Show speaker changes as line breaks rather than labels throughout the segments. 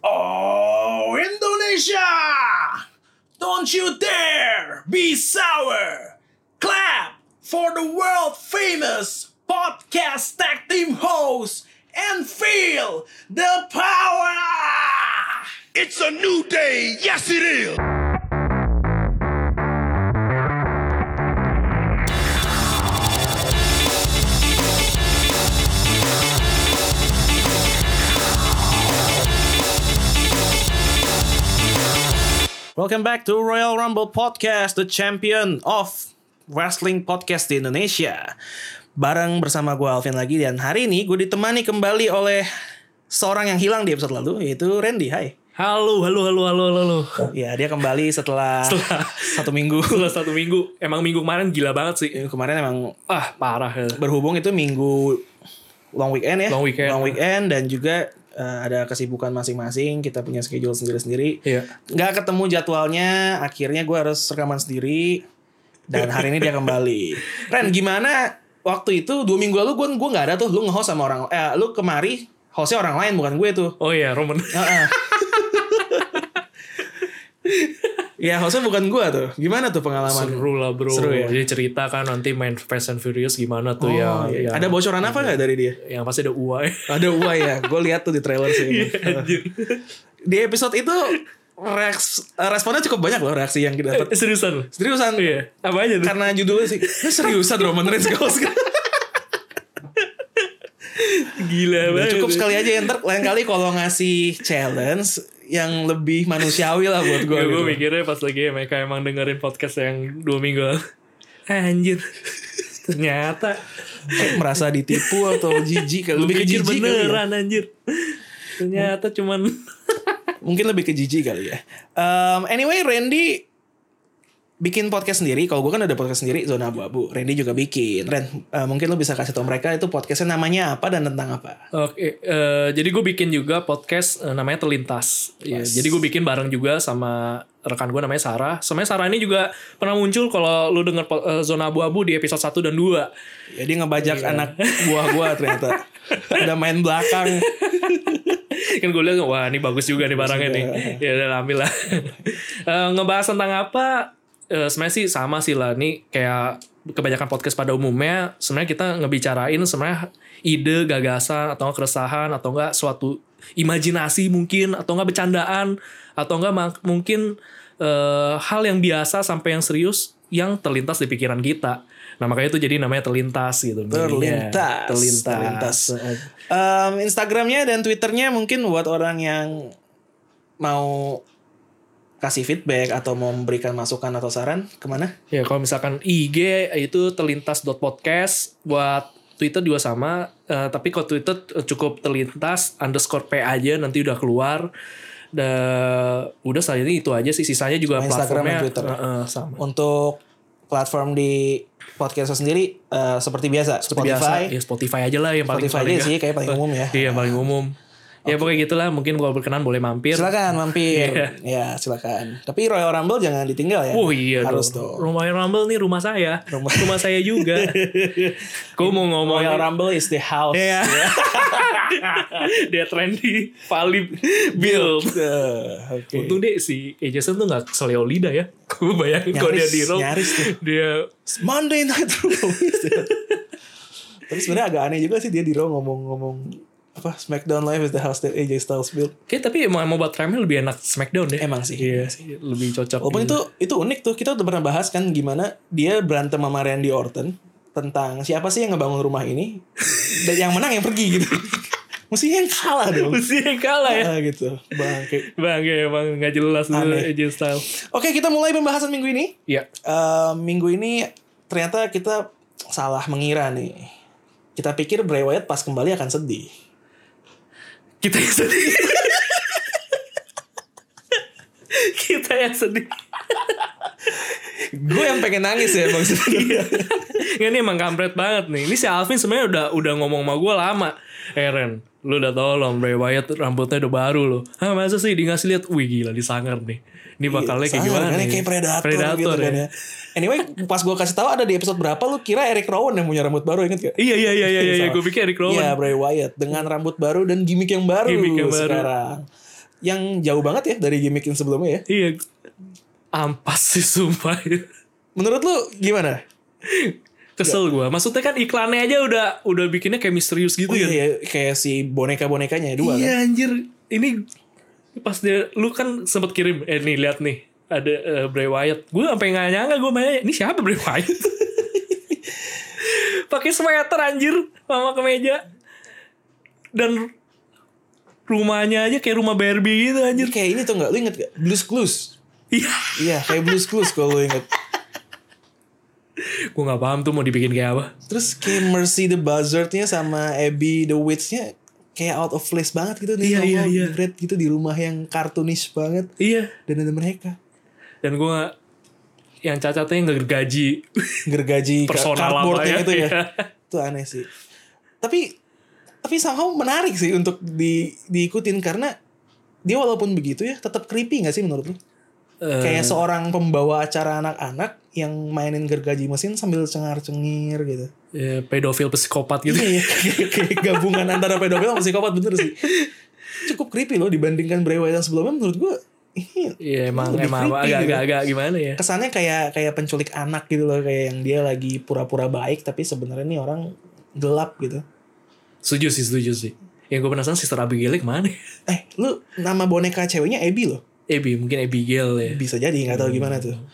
Indonesia! Oh, Don't you dare be sour! Clap for the world famous podcast tag team host and feel the power!
It's a new day. Yes, it is.
Welcome back to Royal Rumble Podcast, the champion of wrestling podcast di Indonesia. Bareng bersama gue Alvin lagi dan hari ini gue ditemani kembali oleh seorang yang hilang di episode lalu yaitu Randy. Hai.
Halo, halo, halo, halo, halo, halo.
Ya dia kembali setelah,
Setelah-
satu minggu.
Setelah satu minggu, emang minggu kemarin gila banget sih.
Ya, Kemarin emang
Ah, parah. ya.
berhubung itu minggu long weekend ya.
Long weekend.
weekend dan juga eh, ada kesibukan masing-masing. Kita punya schedule sendiri-sendiri.
Iya.
nggak ketemu jadwalnya akhirnya gue harus rekaman sendiri dan hari ini dia kembali Ren gimana waktu itu dua minggu lalu gue gue nggak ada tuh lu nge-host sama orang eh lu kemari hostnya orang lain bukan gue tuh
Oh iya, Roman.
Heeh. ya hostnya bukan gue tuh gimana tuh pengalaman
Seru lah bro.
Seru ya?
Jadi cerita kan nanti main Fast and Furious gimana tuh
Oh,
yang,
iya.
yang
ada bocoran apa nggak dari dia
yang pasti ada uai.
ada uang ya gue lihat tuh di trailer sih
Iya,
di episode itu reaks- eh, responnya cukup banyak loh reaksi yang kita dapat
Eh, Seriusan?
seriusan
Iya. Apa aja tuh?
karena judulnya sih "Lu seriusan Roman Reigns Ghost
Iya, gila
Udah
banget.
cukup sekali aja ya. ntar lain kali kalau ngasih challenge yang lebih manusiawi lah buat gue
Gue
gitu.
Iya, mikirnya pas lagi mereka emang dengerin podcast yang dua minggu lalu. Anjir. Ternyata
merasa ditipu atau jijik kali. lebih ke
mikir
jijik kali ya.
beneran anjir. Ternyata cuman
mungkin lebih ke jijik kali ya Um, anyway Randy bikin podcast sendiri kalau gue kan ada podcast sendiri zona abu-abu Randy juga bikin Ren uh, mungkin lo bisa kasih tau mereka itu podcastnya namanya apa dan tentang apa
Oke, eh, jadi gue bikin juga podcast eh, namanya Terlintas. Iya,
Yes.
jadi gue bikin bareng juga sama rekan gue namanya Sarah. Sebenarnya Sarah ini juga pernah muncul kalau lu denger po- eh, zona abu-abu di episode 1 dan 2.
jadi Ya, ngebajak
Iya.
anak buah gue ternyata udah main belakang
kan gue lihat wah ini bagus juga nih barangnya nih. Ya udah ambil lah. Eh, ngebahas tentang apa? Eh, sebenarnya sih sama sih lah nih kayak kebanyakan podcast pada umumnya sebenarnya kita ngebicarain sebenarnya ide, gagasan atau nggak keresahan atau enggak suatu imajinasi mungkin atau enggak bercandaan atau enggak ma- mungkin eh, hal yang biasa sampai yang serius yang terlintas di pikiran kita. Nah makanya itu jadi namanya terlintas gitu.
Terlintas.
Iya, terlintas.
Terlintas.
Eh,
Um, Instagramnya dan Twitternya mungkin buat orang yang mau kasih feedback atau mau memberikan masukan atau saran kemana?
Ya kalau misalkan IG itu terlintas.podcast buat Twitter juga sama Eh, tapi kalau Twitter eh, cukup terlintas underscore P aja nanti udah keluar Da- udah saat ini itu aja sih sisanya juga
Sama Instagram
platformnya
dan Twitter.
eh, eh, sama
Untuk platform di podcast sendiri eh, seperti biasa
Seperti biasa,
Spotify,
ya Spotify aja lah yang paling
Spotify aja sih kayak paling umum ya.
Iya paling umum. Ya pokoknya gitulah mungkin kalau berkenan boleh mampir.
Silakan mampir. Ya, silakan. Tapi Royal Rumble jangan ditinggal ya.
Iya. Oh iya
Harus
dong.
dong.
Rumah Rumble nih rumah saya. Rumah, saya juga. Gue mau ngomong
Royal Rumble is the house.
Iya. Dia trendy, valid, build.
Eh, Oke.
Untung deh si Ejason tuh gak seleo lidah ya. Gue bayangin kalau dia
Nyaris,
di Raw.
nyaris tuh.
Dia
Monday Night Raw. Tapi sebenarnya agak aneh juga sih dia di Raw ngomong-ngomong apa SmackDown Live is the house that AJ Styles built.
Kayak tapi emang mau buat remnya lebih enak Smackdown deh.
Emang sih.
Iya sih, lebih cocok.
Walaupun itu itu unik tuh kita udah pernah bahas kan gimana dia berantem sama Randy Orton tentang siapa sih yang ngebangun rumah ini dan yang menang yang pergi gitu. Mesti yang kalah dong.
Mesti yang kalah ya.
Ah, gitu. Bangke.
Bang, ya emang gak jelas dulu
Aneh.
AJ Styles.
Oke, kita mulai pembahasan minggu ini.
Iya.
Eh, minggu ini ternyata kita salah mengira nih. Kita pikir Bray Wyatt pas kembali akan sedih.
Kita yang sedih. Kita yang sedih.
Gue yang pengen nangis ya bang.
Nggak, ini emang kampret banget nih. Ini si Alvin sebenarnya udah udah ngomong sama gue lama. Eren, lu udah tau loh Bray Wyatt rambutnya udah baru loh. Hah masa sih di ngasih lihat, wih gila disangar nih. Ini bakalnya kayak
Sangat,
gimana?
kan,
nih?
Kayak predator, gitu
ya.
kan ya. Anyway, pas gue kasih tahu ada di episode berapa lu kira Eric Rowan yang punya rambut baru inget gak?
Iya iya iya iya, iya.
Salah.
gue pikir Eric Rowan.
Iya Bray Wyatt dengan rambut baru dan gimmick yang baru
Gimmick yang baru.
sekarang. yang jauh banget ya dari gimmick yang sebelumnya ya.
Iya. Ampas sih sumpah.
Menurut lu gimana?
Kesel gua. Maksudnya kan iklannya aja udah udah bikinnya kayak misterius gitu
Oh
ya.
iya, kayak si boneka-bonekanya dua kan.
Iya anjir. Ini pas dia lu kan sempat kirim eh nih lihat nih ada eh, Bray Wyatt. Gue sampai nggak nyangka gue mainnya ini siapa Bray Wyatt? Pakai sweater anjir sama kemeja. Dan rumahnya aja kayak rumah Barbie gitu anjir.
Jadi kayak ini tuh nggak lu inget gak? Blues Clues.
Iya.
Iya, kayak Blues Clues kalau lu inget.
gue nggak paham tuh mau dibikin kayak apa.
Terus kayak Mercy the Buzzardnya sama Abby the Witchnya kayak out of place banget gitu nih
Iya,
kalau
iya, iya.
Brad gitu di rumah yang kartunish banget
Iya.
dan ada mereka
Dan gue yang cacatnya nggak gergaji
gergaji ka-
personal apa
cardboard
ya.
yang itu ya
Iya.
itu aneh sih tapi tapi somehow menarik sih untuk di diikutin karena dia walaupun begitu ya tetap creepy nggak sih menurut lu
Eh,
kayak seorang pembawa acara anak-anak yang mainin gergaji mesin sambil cengar-cengir gitu.
eh, pedofil psikopat gitu.
Iya, kayak- kayak gabungan antara pedofil sama psikopat bener sih. Cukup creepy loh dibandingkan Bray Wyatt yang sebelumnya menurut gue ini
Iya emang
Lebih
emang
creepy gitu.
agak-agak gimana ya?
kesannya kayak kayak penculik anak gitu loh kayak yang dia lagi pura-pura baik tapi sebenarnya nih orang gelap gitu.
Setuju sih, setuju sih. Yang gue penasaran Sister Abigail kemana?
Eh, lu nama boneka ceweknya Abby loh.
Ebi, mungkin Abigail ya.
Bisa jadi nggak tahu gimana tuh.
Hmm.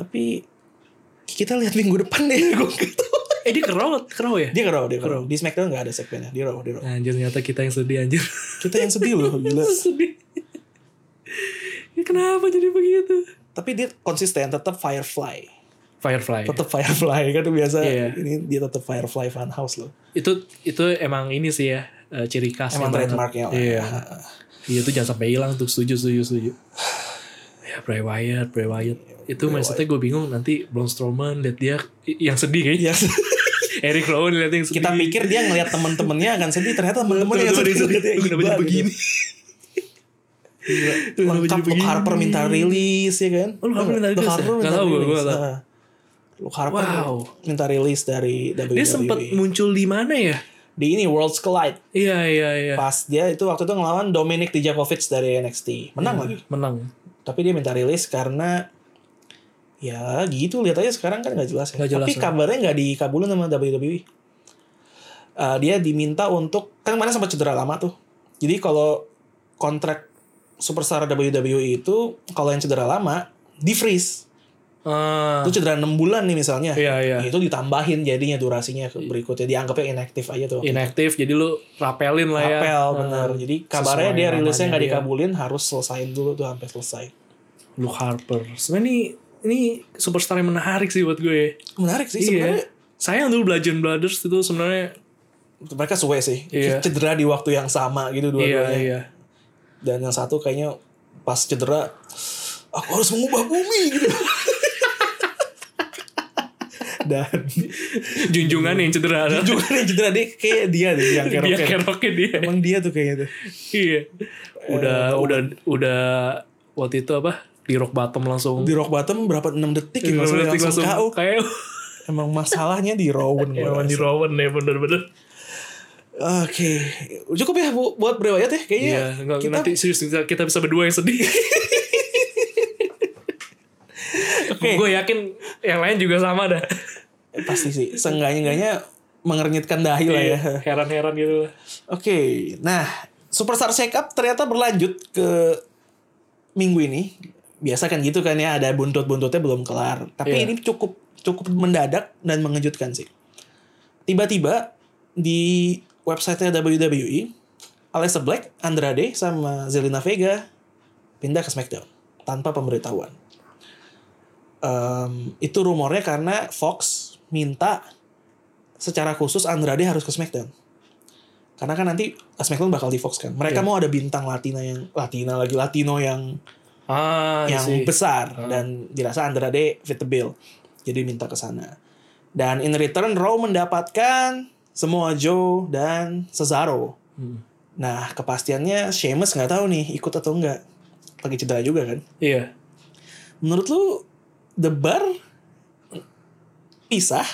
Tapi kita lihat minggu depan deh gue nggak tahu.
Eh dia kerot, kerot ya?
Dia ke Raw, dia ke Raw. Di SmackDown nggak ada segmennya, di Raw, di Raw.
Anjir ternyata kita yang sedih anjir.
Kita yang sedih loh, gila.
sedih. ya, kenapa jadi begitu?
tapi dia konsisten tetap Firefly
Firefly.
tetap Firefly kan biasa
Iya.
ini dia tetap Firefly Funhouse loh
Itu itu emang ini sih ya eh, ciri khas
emang ya, trademarknya lah.
Iya. Iya itu jangan sampai hilang tuh. Setuju, setuju, setuju. Ya Bray Wyatt, Bray Wyatt.
Iya,
Itu maksudnya gue bingung nanti Braun Strowman liat dia yang sedih
Iya.
kayaknya. Eric Rowan liat yang sedih.
kita pikir dia ngelihat teman-temannya akan sedih ternyata teman-temannya yang sedih
Temen-temen
Lihatnya
yang sedih. Kenapa
iba
jadi
gitu.
begini?
Gila. lengkap
Kenapa Iya, jadi
Luke
begini?
Harper minta rilis ya kan
Oh, Luke Harper minta rilis ya?
Harper
Nggak
minta
tahu gue, gue
rilis
nggak tahu.
Ah. Luke Harper
Wow.
minta rilis dari WWE
Dia sempat
gitu.
muncul di mana ya?
di ini Worlds Collide
Iya, iya, iya.
pas dia itu waktu itu ngelawan Dominic Dijakovic dari NXT menang
Iya.
lagi
Menang.
tapi dia minta rilis karena ya gitu lihat aja sekarang kan nggak jelas, ya.
Nggak jelas,
tapi
ya.
kabarnya nggak dikabulin sama WWE Eh, dia diminta untuk kan kemarin sempat cedera lama tuh jadi kalau kontrak superstar WWE itu kalau yang cedera lama di freeze
Ah,
itu cedera 6 bulan nih misalnya
Iya, iya.
itu ditambahin jadinya durasinya ke berikutnya dianggapnya inaktif aja tuh
inaktif jadi lu rapelin lah ya.
Apel
Ah,
bener Jadi kabarnya
sesuai
dia rilisnya
namanya
nggak
dia.
dikabulin Harus selesain dulu tuh sampai selesai
Luke Harper. Sebenarnya ini ini superstar yang menarik sih buat gue.
Menarik sih sebenarnya
Iya. Sayang dulu Bludgeon Brothers itu sebenarnya
mereka suwe sih
Iya.
cedera di waktu yang sama gitu
iya
dua-duanya
iya.
dan yang satu kayaknya pas cedera aku harus mengubah bumi gitu dan
Junjungan yang cedera.
juga yang cedera dia kayak dia deh yang
Dia
kerok
keroknya dia.
emang dia tuh kayaknya tuh
Iya. Udah udah udah waktu itu apa? Di rock bottom langsung.
di rock bottom berapa 6 detik ya, langsung,
Langsung-
langsung KO
kayak
emang masalahnya di Rowan gua
Emang di
rasa.
Rowan ya bener-bener.
oke cukup ya bu buat Bray Wyatt ya kayaknya
Iya, enggak,
kita
nanti serius kita, kita bisa berdua yang sedih. Gue yakin yang lain juga sama dah.
eh, pasti sih seenggaknya mengernyitkan dahi
Iya.
lah ya
Heran-heran gitu lah.
Oke, nah Superstar Shake Up ternyata berlanjut ke minggu ini. Biasa kan gitu kan ya, ada buntut-buntutnya belum kelar. Tapi
Iya.
ini cukup cukup mendadak dan mengejutkan sih. Tiba-tiba di websitenya WWE, Aleister Black, Andrade, sama Zelina Vega pindah ke SmackDown tanpa pemberitahuan. Em, itu rumornya karena Fox minta secara khusus Andrade harus ke SmackDown. Karena kan nanti SmackDown bakal di Fox kan. Mereka
Iya.
mau ada bintang Latina yang Latina lagi Latino yang
Ah,
yang
sih.
besar
Ah.
dan dirasa Andrade fit the bill. Jadi minta ke sana. Dan in return Raw mendapatkan semua Joe dan Cesaro.
Hmm.
Nah, kepastiannya Sheamus nggak tahu nih ikut atau enggak. Lagi cedera juga kan.
Iya.
Menurut lu The Bar pisah?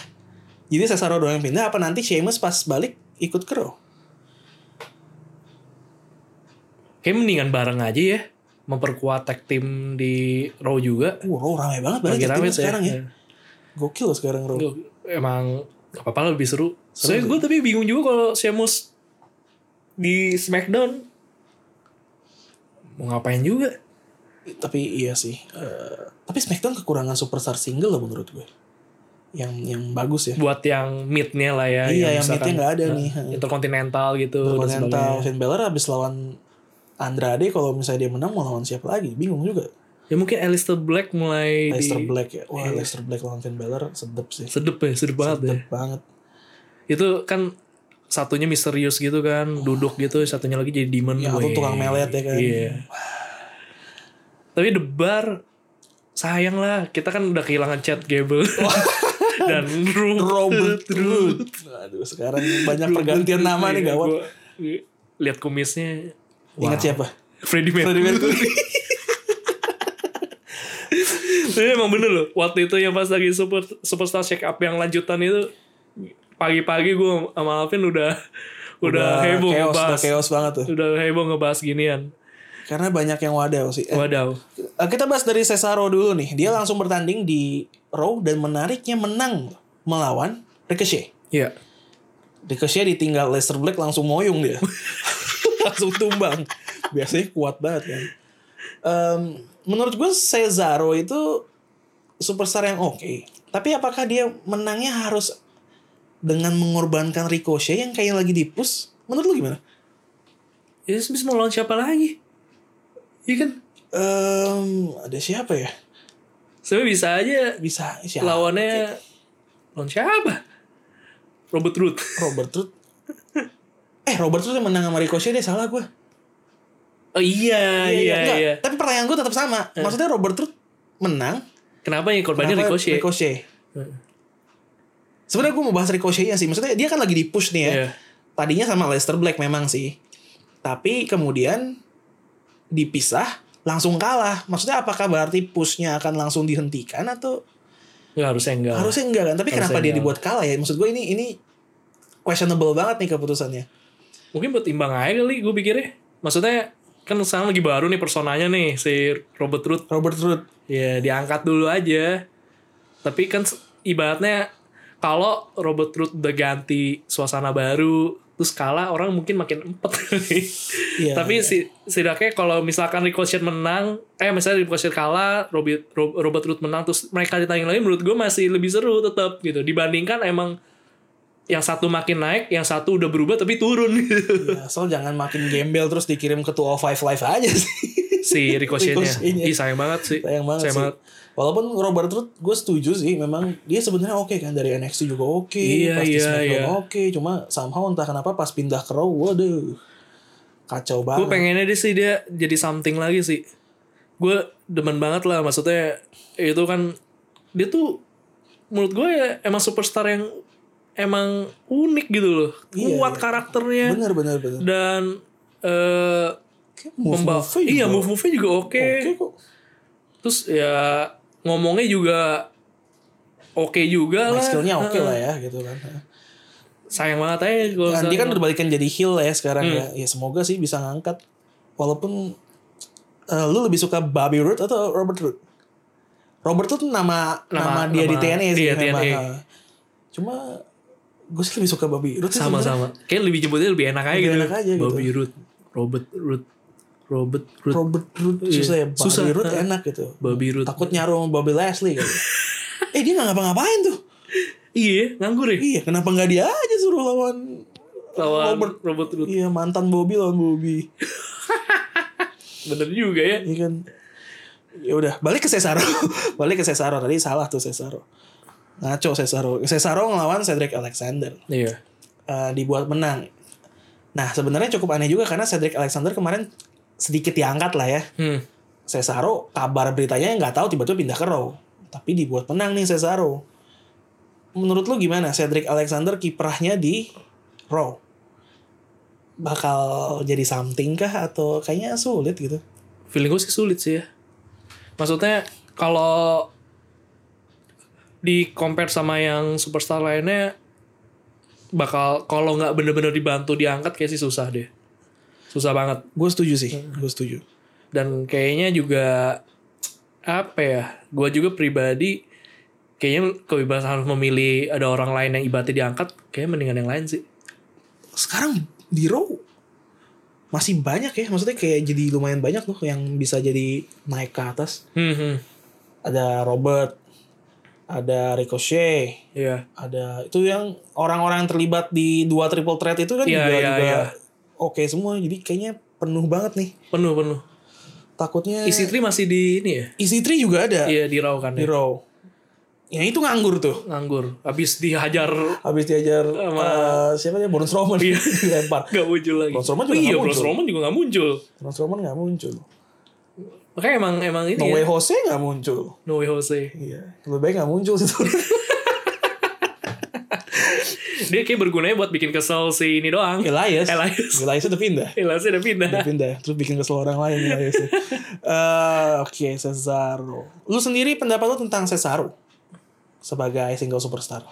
Jadi Cesaro doang yang pindah apa nanti Sheamus pas balik ikut ke Raw?
Kayak mendingan bareng aja ya. Memperkuat tag team di Raw juga.
Wow, rame banget
Lagi
berarti
rame
timnya
tuh ya.
sekarang ya. Gokil sekarang Raw.
Gua- Emang gak apa-apa lah lebih seru.
Seru
Soalnya
sih.
gue tapi bingung juga kalau Sheamus di SmackDown mau ngapain juga.
Tapi iya sih. Eh, tapi SmackDown kekurangan superstar single loh menurut gue. Yang yang bagus ya.
Buat yang mid-nya lah ya.
Iya, yang
misalkan,
mid-nya nggak ada
eh,
nih.
Intercontinental gitu. dan sebagainya.
Continental Finn Balor habis lawan Andrade kalau misalnya dia menang mau lawan siapa lagi? Bingung juga.
Ya mungkin Alistair Black mulai
Leicester
di-
Black ya. Wah,
Iya.
Leicester Black lawan Finn Balor sedep sih.
Sedep ya, sedep banget ya.
Sedep banget.
Itu kan satunya misterius gitu kan, duduk gitu, satunya lagi jadi demon.
Ya, atau
weh.
tukang melet ya kan.
Iya. Tapi debar sayang lah, kita kan udah kehilangan Chad Gable dan Drew.
Robert Root. Aduh, sekarang banyak pergantian nama nih gawat.
Iya, Gua Lihat kumisnya.
Ingat siapa?
Freddie
Freddie
Mercury.
Mercury.
Tapi Iya, emang bener loh. Waktu itu yang pas lagi super, superstar check up yang lanjutan itu pagi-pagi gue sama Alvin udah udah, heboh
chaos, udah
ngebahas
chaos banget tuh.
udah heboh ngebahas ginian.
Karena banyak yang wadah sih. Eh,
Wadaw.
Eh, kita bahas dari Cesaro dulu nih. Dia langsung bertanding di Raw dan menariknya menang melawan Ricochet.
Iya.
Ricochet ditinggal Lester Black langsung moyung dia. langsung tumbang. Biasanya kuat banget kan. Em, menurut gue Cesaro itu superstar yang oke. Tapi apakah dia menangnya harus dengan mengorbankan Ricochet yang kayak lagi dipus? Menurut lu gimana?
Ya Smith mau lawan siapa lagi? Iya kan?
Em, ada siapa ya?
Sebenarnya bisa aja
Bisa siapa? Ya,
lawannya lawan siapa? Robert Root.
Robert Root eh Robert Root yang menang sama Ricochet deh salah gue
Oh iya iya
enggak.
iya. Eh.
tapi pertanyaan gue tetap sama maksudnya Robert Root menang
Kenapa yang korbannya
kenapa
Ricochet? Eh.
Ricochet sebenarnya gue mau bahas Ricochetnya sih maksudnya dia kan lagi di push nih ya
Iya.
tadinya sama Leicester Black memang sih tapi kemudian dipisah langsung kalah maksudnya apakah berarti pushnya akan langsung dihentikan atau
Enggak harusnya enggak.
harusnya enggak kan tapi
Ah, Harusnya
kenapa dia
enggak.
dibuat kalah ya maksud gue ini ini questionable banget nih keputusannya
Mungkin buat imbang aja kali gue pikirnya. Maksudnya kan sekarang lagi baru nih personanya nih si Robert Root.
Robert Root
Ya diangkat dulu aja. Tapi kan se- ibaratnya kalau Robert Root udah ganti suasana baru terus kalah orang mungkin makin empet.
Iya, iya.
Tapi si setidaknya kalau misalkan Ricochet menang, eh misalnya Ricochet kalah, Robert Rob- Robert Root menang terus mereka ditanding lagi menurut gue masih lebih seru tetap gitu dibandingkan emang yang satu makin naik, yang satu udah berubah tapi turun gitu.
Ya, so jangan makin gembel terus dikirim ke 205 Live aja sih.
si Ricochetnya.
Ricochetnya.
Ih sayang banget sih.
Sayang banget sih. Walaupun Robert Root gue setuju sih memang dia sebenarnya oke kan dari NXT juga oke,
Iya,
pas di
iya,
SmackDown
iya.
oke, cuma somehow entah kenapa pas pindah ke Raw waduh kacau banget.
Gue pengennya dia sih dia jadi something lagi sih. Gue demen banget lah maksudnya itu kan dia tuh menurut gue ya, emang superstar yang emang unik gitu loh.
Iya,
Kuat
iya.
karakternya
bener bener bener.
dan eh memba-
move-move-nya juga
iya move-move-nya juga oke.
Oke kok.
Terus ya ngomongnya juga oke juga
Main
lah.
skillnya oke
Heeh.
lah ya gitu kan.
Sayang banget aja kalau
Dan dia kan
misalnya-
udah balikan jadi heel lah ya sekarang
Hmm.
ya. Ya semoga sih bisa ngangkat. Walaupun eh, lu lebih suka Bobby Roode atau Robert Roode? Robert tuh nama nama,
Nama-
dia di
nama
TNA sih
dia
memang.
TNA.
eh. Cuma gue sih lebih suka Bobby Roode sih sebenarnya.
sama-sama. Kayak lebih jemputnya lebih enak aja
Lebih
gitu.
enak aja gitu.
Bobby Root, Robert Root, Robert Root,
Robert Roode
Iya.
susah ya. Bobby
Susah.
Roode
Heeh.
enak gitu.
Bobby Root.
Takut nyaru sama Bobby Leslie gitu. eh dia gak ngapa-ngapain tuh.
Iya, nganggur ya.
Iya kenapa gak dia aja suruh lawan.
Lawan Robert,
Robert.
Root.
Iya mantan Bobby lawan Bobby.
Bener juga ya.
Iya kan. Ya udah, balik ke Cesaro. balik ke Cesaro. Tadi salah tuh Cesaro. Ngaco Cesaro. Cesaro ngelawan Cedric Alexander.
Iya.
Eh, dibuat menang. Nah, sebenarnya cukup aneh juga karena Cedric Alexander kemarin sedikit diangkat lah ya.
Hmm.
Cesaro kabar beritanya nggak tahu tiba-tiba pindah ke Raw. Tapi dibuat menang nih Cesaro. Menurut lu gimana Cedric Alexander kiprahnya di Raw? Bakal jadi something kah atau kayaknya sulit gitu?
Feeling gue sih sulit sih ya. Maksudnya kalau di compare sama yang superstar lainnya bakal kalau nggak bener-bener dibantu diangkat kayak sih susah deh. susah banget
Gue setuju sih, gue setuju.
dan kayaknya juga apa ya gue juga pribadi kayaknya kebebasan harus memilih ada orang lain yang ibaratnya diangkat kayaknya mendingan yang lain sih
Sekarang di row masih banyak ya, maksudnya kayak jadi lumayan banyak loh yang bisa jadi naik ke atas.
hmm, hmm.
Ada Robert, ada Ricochet,
Iya.
ada itu yang orang-orang yang terlibat di dua triple threat itu kan
Iya,
juga
iya,
juga
iya.
oke semua jadi kayaknya penuh banget nih
penuh penuh
takutnya
isi tri masih di ini ya
EC3 juga ada
iya di raw kan
di
ya?
Raw ya itu nganggur tuh
nganggur habis dihajar
habis diajar
Sama- Iya.
eh, siapa dia Braun Strowman dilempar
nggak muncul lagi
Braun Strowman juga
iya
nggak
Braun
muncul.
Strowman juga nggak muncul
Braun Strowman nggak muncul
makanya emang emang ini
No
ya
Way Jose nggak muncul
no way Jose
iya lebih baik nggak muncul sih
dia kayak bergunanya buat bikin kesel si ini doang
Elias
Elias
Elias udah pindah
Elias udah pindah
udah pindah terus bikin kesel orang lain Elias ya. Eh, oke Cesaro lu sendiri pendapat lu tentang Cesaro sebagai single superstar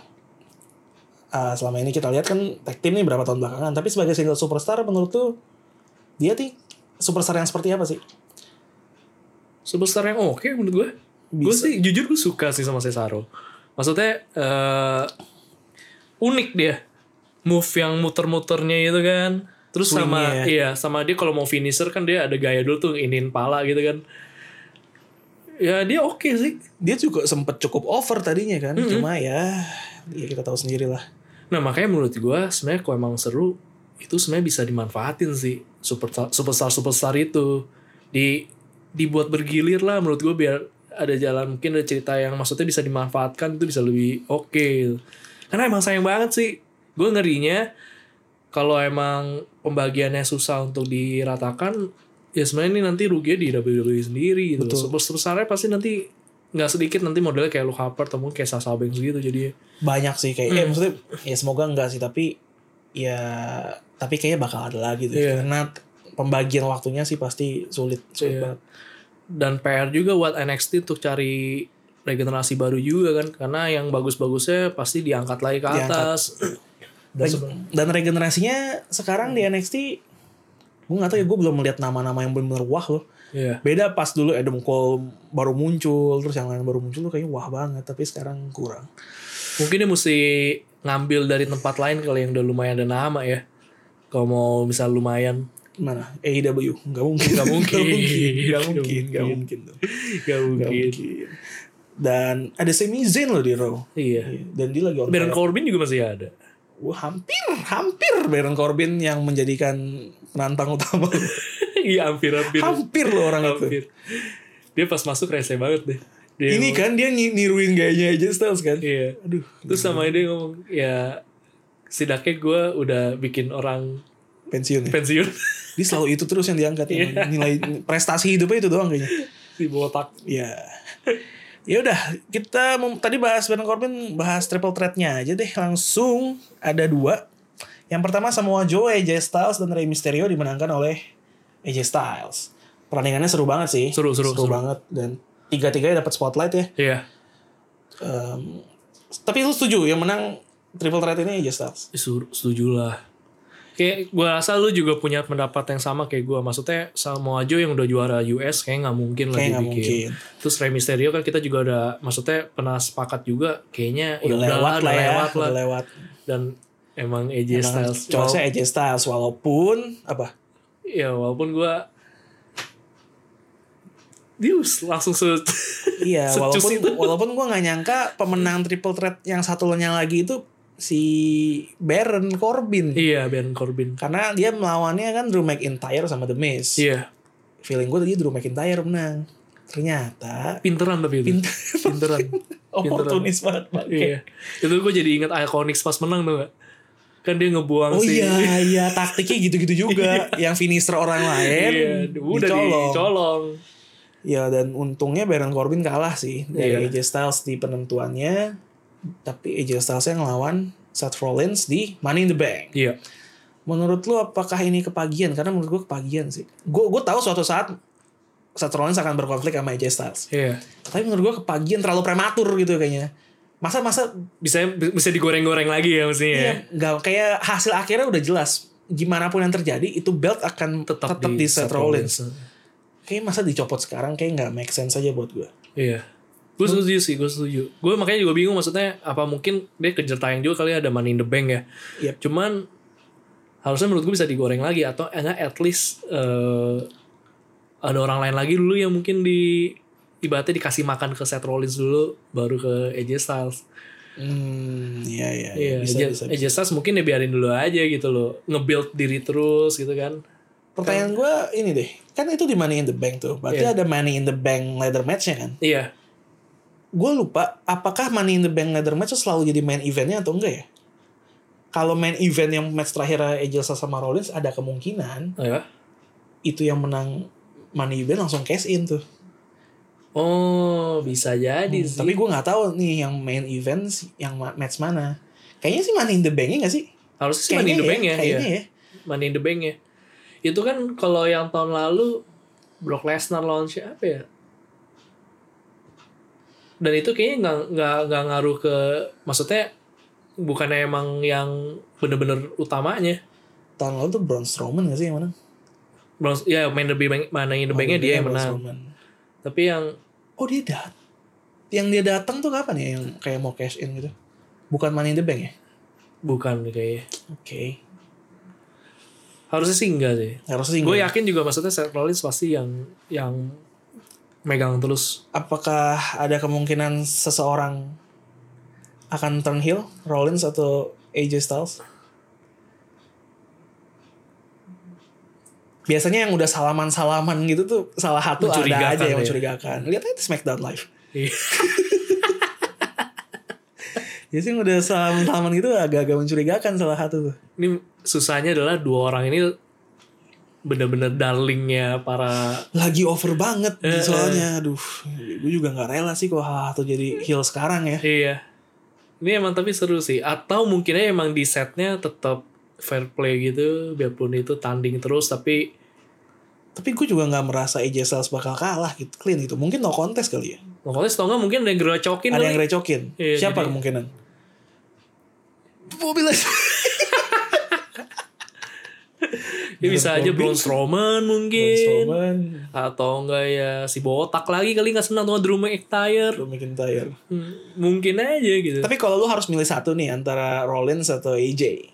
Eh, selama ini kita lihat kan tag team nih berapa tahun belakangan tapi sebagai single superstar menurut lu dia nih superstar yang seperti apa sih
sebesar yang oke menurut gue. Gue
Bisa.
sih jujur gue suka sih sama Cesaro. Maksudnya eh unik dia. Move yang muter-muternya itu kan. Terus sama
Swingnya. ya.
iya sama dia kalau mau finisher kan dia ada gaya dulu tuh ingin pala gitu kan. Ya dia oke sih.
dia juga sempet cukup over tadinya kan cuma ya ya kita tahu sendiri lah
Nah makanya menurut gue sebenarnya kalau emang seru itu sebenarnya bisa dimanfaatin sih superstar superstar superstar itu di dibuat bergilir lah menurut gue biar ada jalan mungkin ada cerita yang maksudnya bisa dimanfaatkan itu bisa lebih oke karena emang sayang banget sih gue ngerinya kalau emang pembagiannya susah untuk diratakan ya sebenarnya ini nanti ruginya di WWE sendiri gitu
Betul.
superstarnya pasti nanti nggak sedikit nanti modelnya kayak Luke Harper atau mungkin kayak Sasha Banks gitu jadi
banyak sih kayak
Hmm.
eh maksudnya ya semoga enggak sih tapi ya tapi kayaknya bakal ada lagi tuh
Iya.
karena pembagian waktunya sih pasti sulit sulit
Iya.
banget
dan PR juga buat NXT untuk cari regenerasi baru juga kan karena yang bagus-bagusnya pasti diangkat lagi ke
Diangkat.
atas dan
Reg-
sebe-
dan regenerasinya sekarang di NXT gue nggak tahu ya gue belum melihat nama-nama yang benar-benar wah loh
Iya.
beda pas dulu Adam Cole baru muncul terus yang lain baru muncul tuh kayaknya wah banget tapi sekarang kurang
mungkin dia mesti ngambil dari tempat lain kalau yang udah lumayan ada nama ya kalau mau misal lumayan
mana AEW E nggak mungkin
Nggak mungkin.
nggak
Nggak
mungkin nggak
mungkin.
mungkin tuh.
gak
Nggak
mungkin
mungkin dan ada Sami Zayn loh di Raw
iya
dan dia lagi on
Baron
fire.
Corbin juga masih ada
Wah, hampir hampir Baron Corbin yang menjadikan penantang utama
iya hampir hampir
hampir loh orang itu
hampir dia pas masuk rese banget deh Dia
ini
ngomong-
kan dia ni- niruin gayanya aja Styles kan
iya
aduh
terus sama dia ngomong ya setidaknya gue udah bikin orang
pensiun ya
pensiun
dia selalu itu terus yang diangkat ya.
Iya.
nilai prestasi hidupnya itu doang kayaknya
di botak
ya ya udah kita mem- tadi bahas Baron Corbin bahas triple threat-nya aja deh langsung ada dua yang pertama Samoa Joe AJ Styles dan Rey Mysterio dimenangkan oleh AJ Styles pertandingannya seru banget sih
Seru, seru, seru.
banget dan tiga-tiganya dapat spotlight ya
Iya,
Em, tapi lu setuju yang menang triple threat ini AJ Styles
sur- setuju lah. Kayak gue rasa lu juga punya pendapat yang sama kayak gue. Maksudnya Samoa Joe yang udah juara US kayak nggak mungkin lah
Kayaknya nggak
dibikin.
mungkin.
Terus Rey Mysterio kan kita juga udah, maksudnya pernah sepakat juga kayaknya
udah
udahlah,
lewat lah
udah
ya
lewat lah.
udah lewat
Dan emang AJ
Emang
Styles.
cowoknya AJ Styles walaupun apa
wal- ya walaupun gue dia langsung se
Iya,
Secus
walaupun
itu.
walaupun gue nggak nyangka pemenang triple threat yang satunya lagi itu si Baron Corbin.
iya Baron Corbin
Karena dia melawannya kan Drew McIntyre sama The Miz.
iya
Feeling gue tadi Drew McIntyre menang. Ternyata
pinteran tapi itu pinteran
oportunis banget pakai.
Iya. Itu gue jadi ingat Iconics pas menang tuh gak? Kan dia ngebuang
Oh
si...
iya, iya taktiknya gitu-gitu juga. yang finisher orang lain
Iya, udah
dicolong.
dicolong.
Ya dan untungnya Baron Corbin kalah sih dari
Iya.
AJ Styles di penentuannya. Tapi AJ Styles yang ngelawan Seth Rollins di Money in the Bank.
Iya.
Menurut lu apakah ini kepagian? Karena menurut gue kepagian sih. Gue gue tahu suatu saat Seth Rollins akan berkonflik sama AJ Styles.
Iya.
Tapi menurut gue kepagian terlalu prematur gitu kayaknya. Masa masa
Bisa bisa digoreng-goreng lagi ya mestinya.
iya, nggak kayak hasil akhirnya udah jelas. gimana pun yang terjadi itu belt akan tetap, di, Seth Rollins. Kayak masa dicopot sekarang kayak nggak make sense aja buat gue.
Iya. Gue setuju sih, gue setuju. Gue makanya juga bingung maksudnya apa mungkin dia kejar tayang juga kali ada money in the bank ya.
Yep.
Cuman harusnya menurut gue bisa digoreng lagi atau enggak at least eh, ada orang lain lagi dulu yang mungkin di ibaratnya dikasih makan ke Seth Rollins dulu baru ke AJ Styles.
Hmm, iya iya. iya,
Iya,
bisa,
AJ,
bisa,
AJ Styles mungkin ya biarin dulu aja gitu loh. Nge-build diri terus gitu kan.
Pertanyaan gue ini deh, kan itu di Money in the Bank tuh, berarti
Iya.
ada Money in the Bank ladder matchnya kan?
Iya.
Gue lupa, apakah Money in the Bank ladder match selalu jadi main eventnya atau enggak ya? Kalau main event yang match terakhir AJ Styles sama Rollins ada kemungkinan
Iya.
itu yang menang Money event langsung cash in tuh.
Oh, bisa jadi sih.
Hmm, Tapi gue nggak tahu nih yang main event si- yang ma- match mana. Kayaknya sih Money in the Bank-nya nggak sih?
harusnya sih Money in the Bank ya. iya.
Kayaknya ya.
Money in the Bank ya. Itu kan kalau yang tahun lalu Brock Lesnar lawan siapa ya? Dan itu kayaknya nggak nggak nggak ngaruh ke maksudnya bukannya emang yang bener-bener utamanya.
Tahun lalu tuh Braun Strowman nggak sih yang menang?
Bronze, ya main the bank, mana in the banknya
Oh,
dia yang
Braun
menang.
Strowman.
Tapi yang
Oh dia dat yang dia datang tuh kapan ya yang kayak mau cash in gitu? Bukan Money in the Bank ya?
bukan kayaknya.
Oke.
Harusnya sih enggak sih.
Harusnya sih.
Gue
nggak.
yakin juga maksudnya Seth Rollins pasti yang yang megang terus.
Apakah ada kemungkinan seseorang akan turn heel? Rollins atau AJ Styles? Biasanya yang udah salaman-salaman gitu tuh salah satu ada aja
Mencurigakan
yang
ya.
mencurigakan. Lihat aja di SmackDown Live.
Iya.
Biasanya yang udah salaman-salaman gitu agak-agak mencurigakan salah satu tuh.
ini susahnya adalah dua orang ini bener-bener darlingnya para
lagi over banget
Eh,
soalnya aduh gue juga nggak rela sih kok atau jadi heel sekarang ya
iya ini emang tapi seru sih atau mungkin aja emang di setnya tetap fair play gitu biarpun itu tanding terus tapi
tapi gue juga nggak merasa AJ Styles bakal kalah gitu clean gitu mungkin no contest kali ya
pokoknya setengah mungkin ada yang gerocokin
ada
kali.
yang recokin
Iya,
siapa
jadi-
kemungkinan Bobby Lashley
Ya, bisa aja
Bobby.
Braun Strowman mungkin
Strowman
atau enggak ya si botak lagi kali nggak senang sama Drew McIntyre
Drew McIntyre
Hmm, mungkin aja gitu
tapi kalau lu harus milih satu nih antara Rollins atau AJ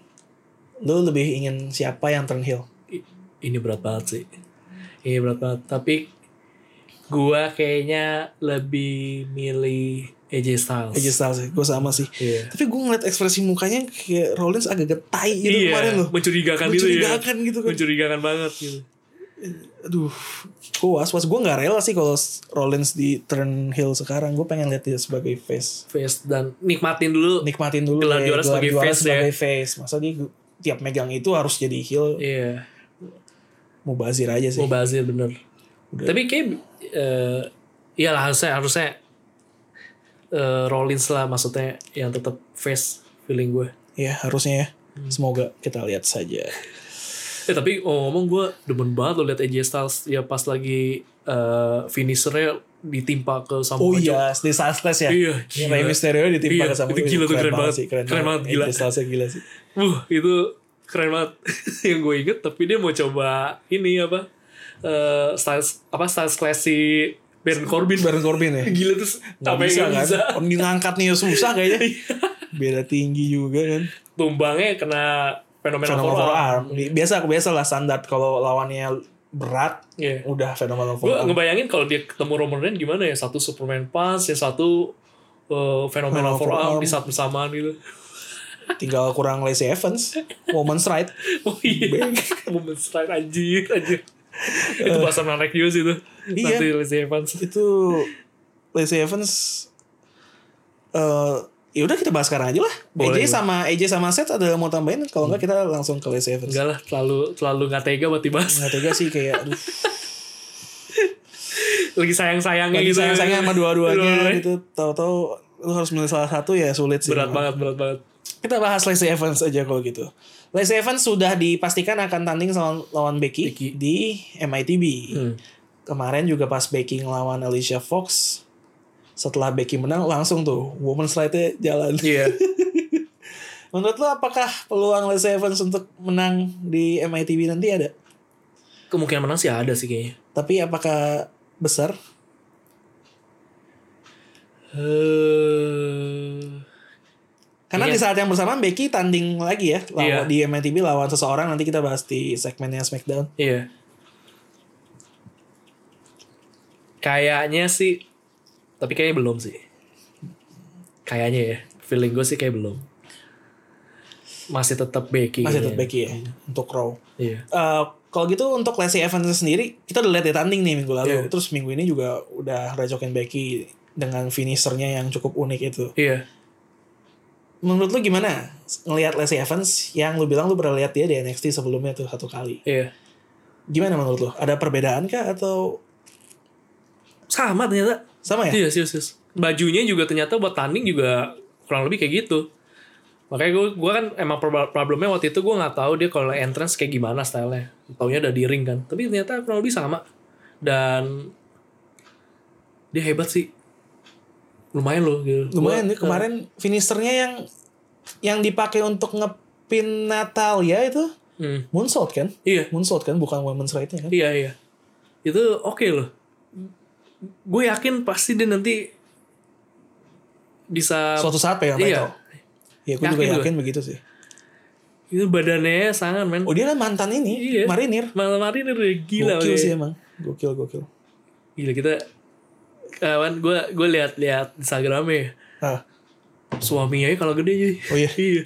lu lebih ingin siapa yang turn heel
I- ini berat banget sih ini berat banget tapi gua kayaknya lebih milih AJ Styles
AJ Styles gue sama sih
Iya.
tapi gue ngeliat ekspresi mukanya kayak Rollins agak getai gitu
iya
kemarin loh
mencurigakan,
mencurigakan
gitu
gitu
ya
kan
mencurigakan banget gitu
aduh gue was was gue nggak rela sih kalau Rollins di turn heel sekarang gue pengen lihat dia sebagai face
face dan nikmatin dulu
nikmatin dulu
Gelar
deh,
juara sebagai face ya.
sebagai face masa dia gu- tiap megang itu harus jadi heel
iya
mubazir aja sih
mau bazir bener tapi kayak eh ya harusnya harusnya eh, Rollins lah maksudnya yang tetap face feeling gue
ya harusnya ya
Hmm.
semoga kita lihat saja
Eh tapi oh, ngomong gue demen banget lo liat AJ Styles ya pas lagi eh, finishernya ditimpa ke Samoa
oh
Joe.
iya di Styles ya
Iya,
Ini
gila.
Rey Mysterio ditimpa
Iya,
ke sama
itu gila tuh, keren banget.
sih keren,
Keren banget, gila.
Di Styles-nya gila sih
Wuh itu keren banget yang gue inget tapi dia mau coba ini apa eh Styles apa Styles classy Baron Corbin
Baron Corbin ya
gila terus
nggak
sampai
bisa
nggak
kan
bisa Iya.
Om ngangkat nih susah kayaknya beda tinggi juga kan
tumbangnya kena fenomena
Phenomenal
forearm
forearm. Biasa biasa lah standar kalau lawannya berat
Iya.
udah phenomenal
gue
Oh, forearm.
ngebayangin kalau dia ketemu Roman Reigns gimana ya satu Superman Punch yang satu eh, fenomena
Fenomena forearm.
forearm di saat bersamaan gitu
Tinggal kurang Lacey Evans, Woman's Right.
Oh iya, Women's Right anjir, anjir. itu bahasa menarik juga sih itu.
iya.
Nanti Lizzie Evans.
Itu Lacey Evans eh ya udah kita bahas sekarang aja lah.
Boleh, Hmm.
AJ
boleh.
sama AJ sama Seth ada yang mau tambahin kalau enggak kita langsung ke Lacey Evans.
Enggak lah, terlalu terlalu nggak tega buat dibahas.
Enggak tega sih kayak aduh,
Lagi sayang-sayangnya
lagi
gitu.
sayang-sayangnya sama dua-duanya
Dua-duanya.
gitu. Tahu-tahu lu harus milih salah satu ya sulit sih.
Berat
memang.
banget, berat banget.
Kita bahas Lacey Evans aja kalau gitu. Lacey Evans sudah dipastikan akan tanding sama lawan Becky,
Becky.
di MITB.
Hmm.
Kemarin juga pas Becky lawan Alicia Fox, setelah Becky menang langsung tuh women's right-nya jalan.
Iya.
Menurut lo apakah peluang Les Evans untuk menang di MITB nanti ada?
Kemungkinan menang sih ada sih kayaknya.
Tapi apakah besar?
Eh,
Karena
Iya.
di saat yang bersamaan Becky tanding lagi ya lawan
Iya.
di MITB lawan seseorang nanti kita bahas di segmennya Smackdown.
Iya. Kayaknya sih, tapi kayaknya belum sih. Kayaknya ya, feeling gue sih kayak belum. Masih tetap Becky.
Masih tetap
kayaknya.
Becky ya untuk Raw.
Iya.
Eh, kalau gitu untuk Lacey Evans sendiri kita udah lihat dia tanding nih minggu lalu.
Iya.
Terus minggu ini juga udah rajokin Becky dengan finishernya yang cukup unik itu.
Iya.
Menurut lu gimana ngelihat Lacey Evans yang lu bilang lu pernah lihat dia di NXT sebelumnya tuh satu kali.
Iya.
Gimana menurut lu? Ada perbedaan kah atau
Sama ternyata.
sama ya?
Iya, serius, serius. Bajunya juga ternyata buat tanding juga kurang lebih kayak gitu. Makanya gue gua kan emang prob- problemnya waktu itu gue nggak tahu dia kalau entrance kayak gimana stylenya. Taunya ada di ring kan. Tapi ternyata kurang lebih sama. Dan dia hebat sih. Lumayan loh. Gitu.
Lumayan
Gua- eh,
nih kemarin finishernya yang yang dipakai untuk ngepin Natalia itu
Hmm.
moonsault kan?
Iya,
Moonsault kan bukan women's right kan?
iya, iya. Itu oke loh. Gue yakin pasti dia nanti bisa
Suatu saat pegang
iya.
title. Iya, gue juga
Yakin gue.
yakin begitu sih.
itu badannya sangat men.
Oh dia kan mantan ini,
Iya.
marinir.
Malam hari ini udah gila. iya.
gokil
weh.
sih emang. Gokil, gokil.
Gila kita kawan gue gue lihat-lihat Instagramnya
Ah,
suaminya ya kalau gede jadi
Oh iya.
iya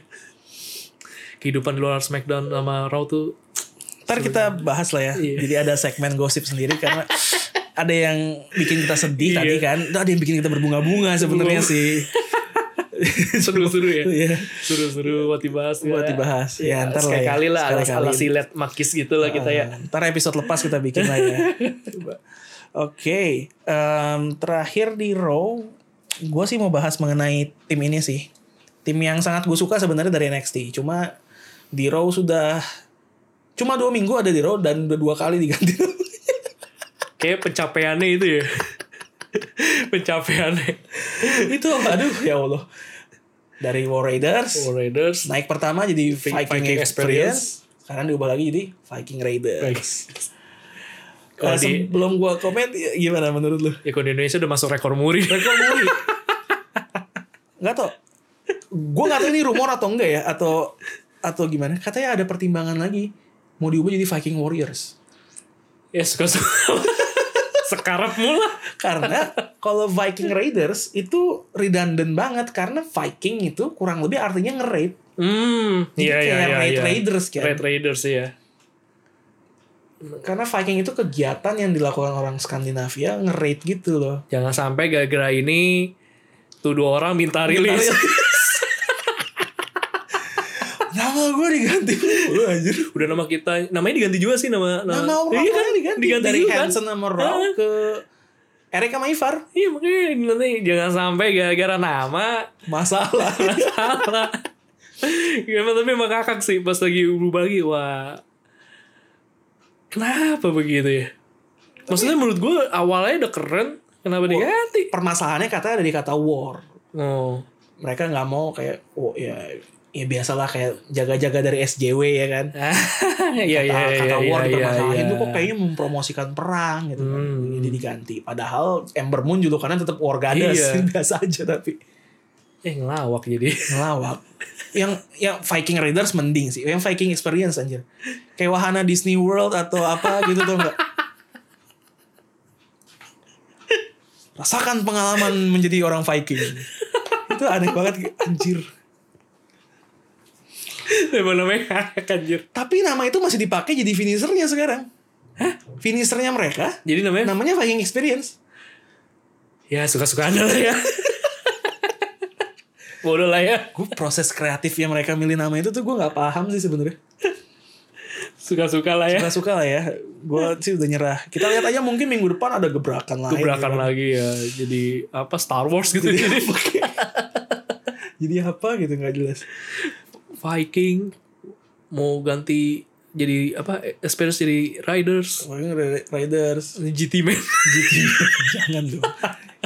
kehidupan di luar Smackdown sama Raw tuh
ntar kita bahas lah ya.
Iya.
Jadi ada segmen gosip sendiri karena ada yang bikin kita sedih
Iya.
tadi kan. Itu ada yang bikin kita berbunga-bunga sebenarnya sih.
seru-seru ya
Iya.
seru-seru buat dibahas ya.
Buat dibahas. Ya, ntar lah
sekali
ya.
kali lah ala,
Sekali-kali.
ala silet makis gitu lah kita ya
Ah, ntar episode lepas kita bikin lah ya. Coba. Oke, em, terakhir di Raw, gue sih mau bahas mengenai tim ini sih. Tim yang sangat gue suka sebenarnya dari NXT. Cuma di Raw sudah cuma dua minggu ada di Raw dan udah dua kali diganti.
kayak pencapaiannya itu ya pencapaiannya
Itu aduh ya Allah. Dari War Raiders
War Raiders
naik pertama jadi Viking,
Viking
Experience. Sekarang diubah lagi jadi Viking Raiders.
Kalau
Eh,
di-
sebelum gue komen gimana menurut lu?
ya kalau di Indonesia udah masuk rekor muri
Rekor muri. Gak tau. Gue gak tau ini rumor atau enggak ya. Atau atau gimana. Katanya ada pertimbangan lagi. Mau diubah jadi Viking Warriors.
ya suka suka sekarap mula
Karena kalau Viking Raiders itu redundant banget. Karena Viking itu kurang lebih artinya nge-raid.
Hmm,
Jadi
iya iya
kayak
iya.
Raid
iya.
Raiders kan?
Raid Raiders ya.
Karena Viking itu kegiatan yang dilakukan orang Skandinavia nge-raid gitu loh.
Jangan sampai gara-gara ini tuh dua orang minta rilis.
Nama gue diganti. Lu anjir.
Udah nama kita, namanya diganti juga sih nama
Nama orang
Iya kan?
lain diganti.
diganti
Dari
juga kan?
Hanson sama Raw
Ah.
ke Eric sama Ivar.
Iya makanya nanti jangan sampai gara-gara nama
Masalah.
salah. Emang tapi emang kakak sih pas lagi berubah lagi wah. Kenapa begitu ya? Maksudnya menurut gue awalnya udah keren, kenapa diganti?
Permasalahannya katanya ada di kata war.
Oh,
mereka nggak mau kayak oh ya ya biasalah kayak jaga-jaga dari SJW ya kan
iya
kata, kata war dipermasalahin
iya.
tuh kok kayaknya mempromosikan perang gitu kan
Hmm.
jadi diganti padahal Ember Moon julukannya tetap War Goddess
Iya.
biasa aja tapi
Eh ngelawak jadi.
ngelawak yang yang Viking Raiders mending sih yang Viking Experience anjir kayak wahana Disney World atau apa gitu tuh enggak rasakan pengalaman menjadi orang Viking itu aneh banget anjir
Emang namanya kanjir.
Tapi nama itu masih dipakai jadi finishernya sekarang. Hah? Finishernya mereka?
Jadi namanya
Namanya Viking Experience.
ya suka-suka anda lah ya. Bodoh lah ya.
Gue proses kreatifnya mereka milih nama itu tuh gue nggak paham sih sebenarnya.
Suka-suka lah ya.
Gak suka lah ya. Gue sih udah nyerah. Kita lihat aja mungkin minggu depan ada gebrakan lain.
Gebrakan lagi ya. Jadi apa Star Wars gitu.
Iya.
Jadi
Jadi apa gitu nggak jelas.
Viking mau ganti jadi apa experience jadi Riders
Viking Ra- Riders.
GT Man.
GT. Gitu. Jangan dong.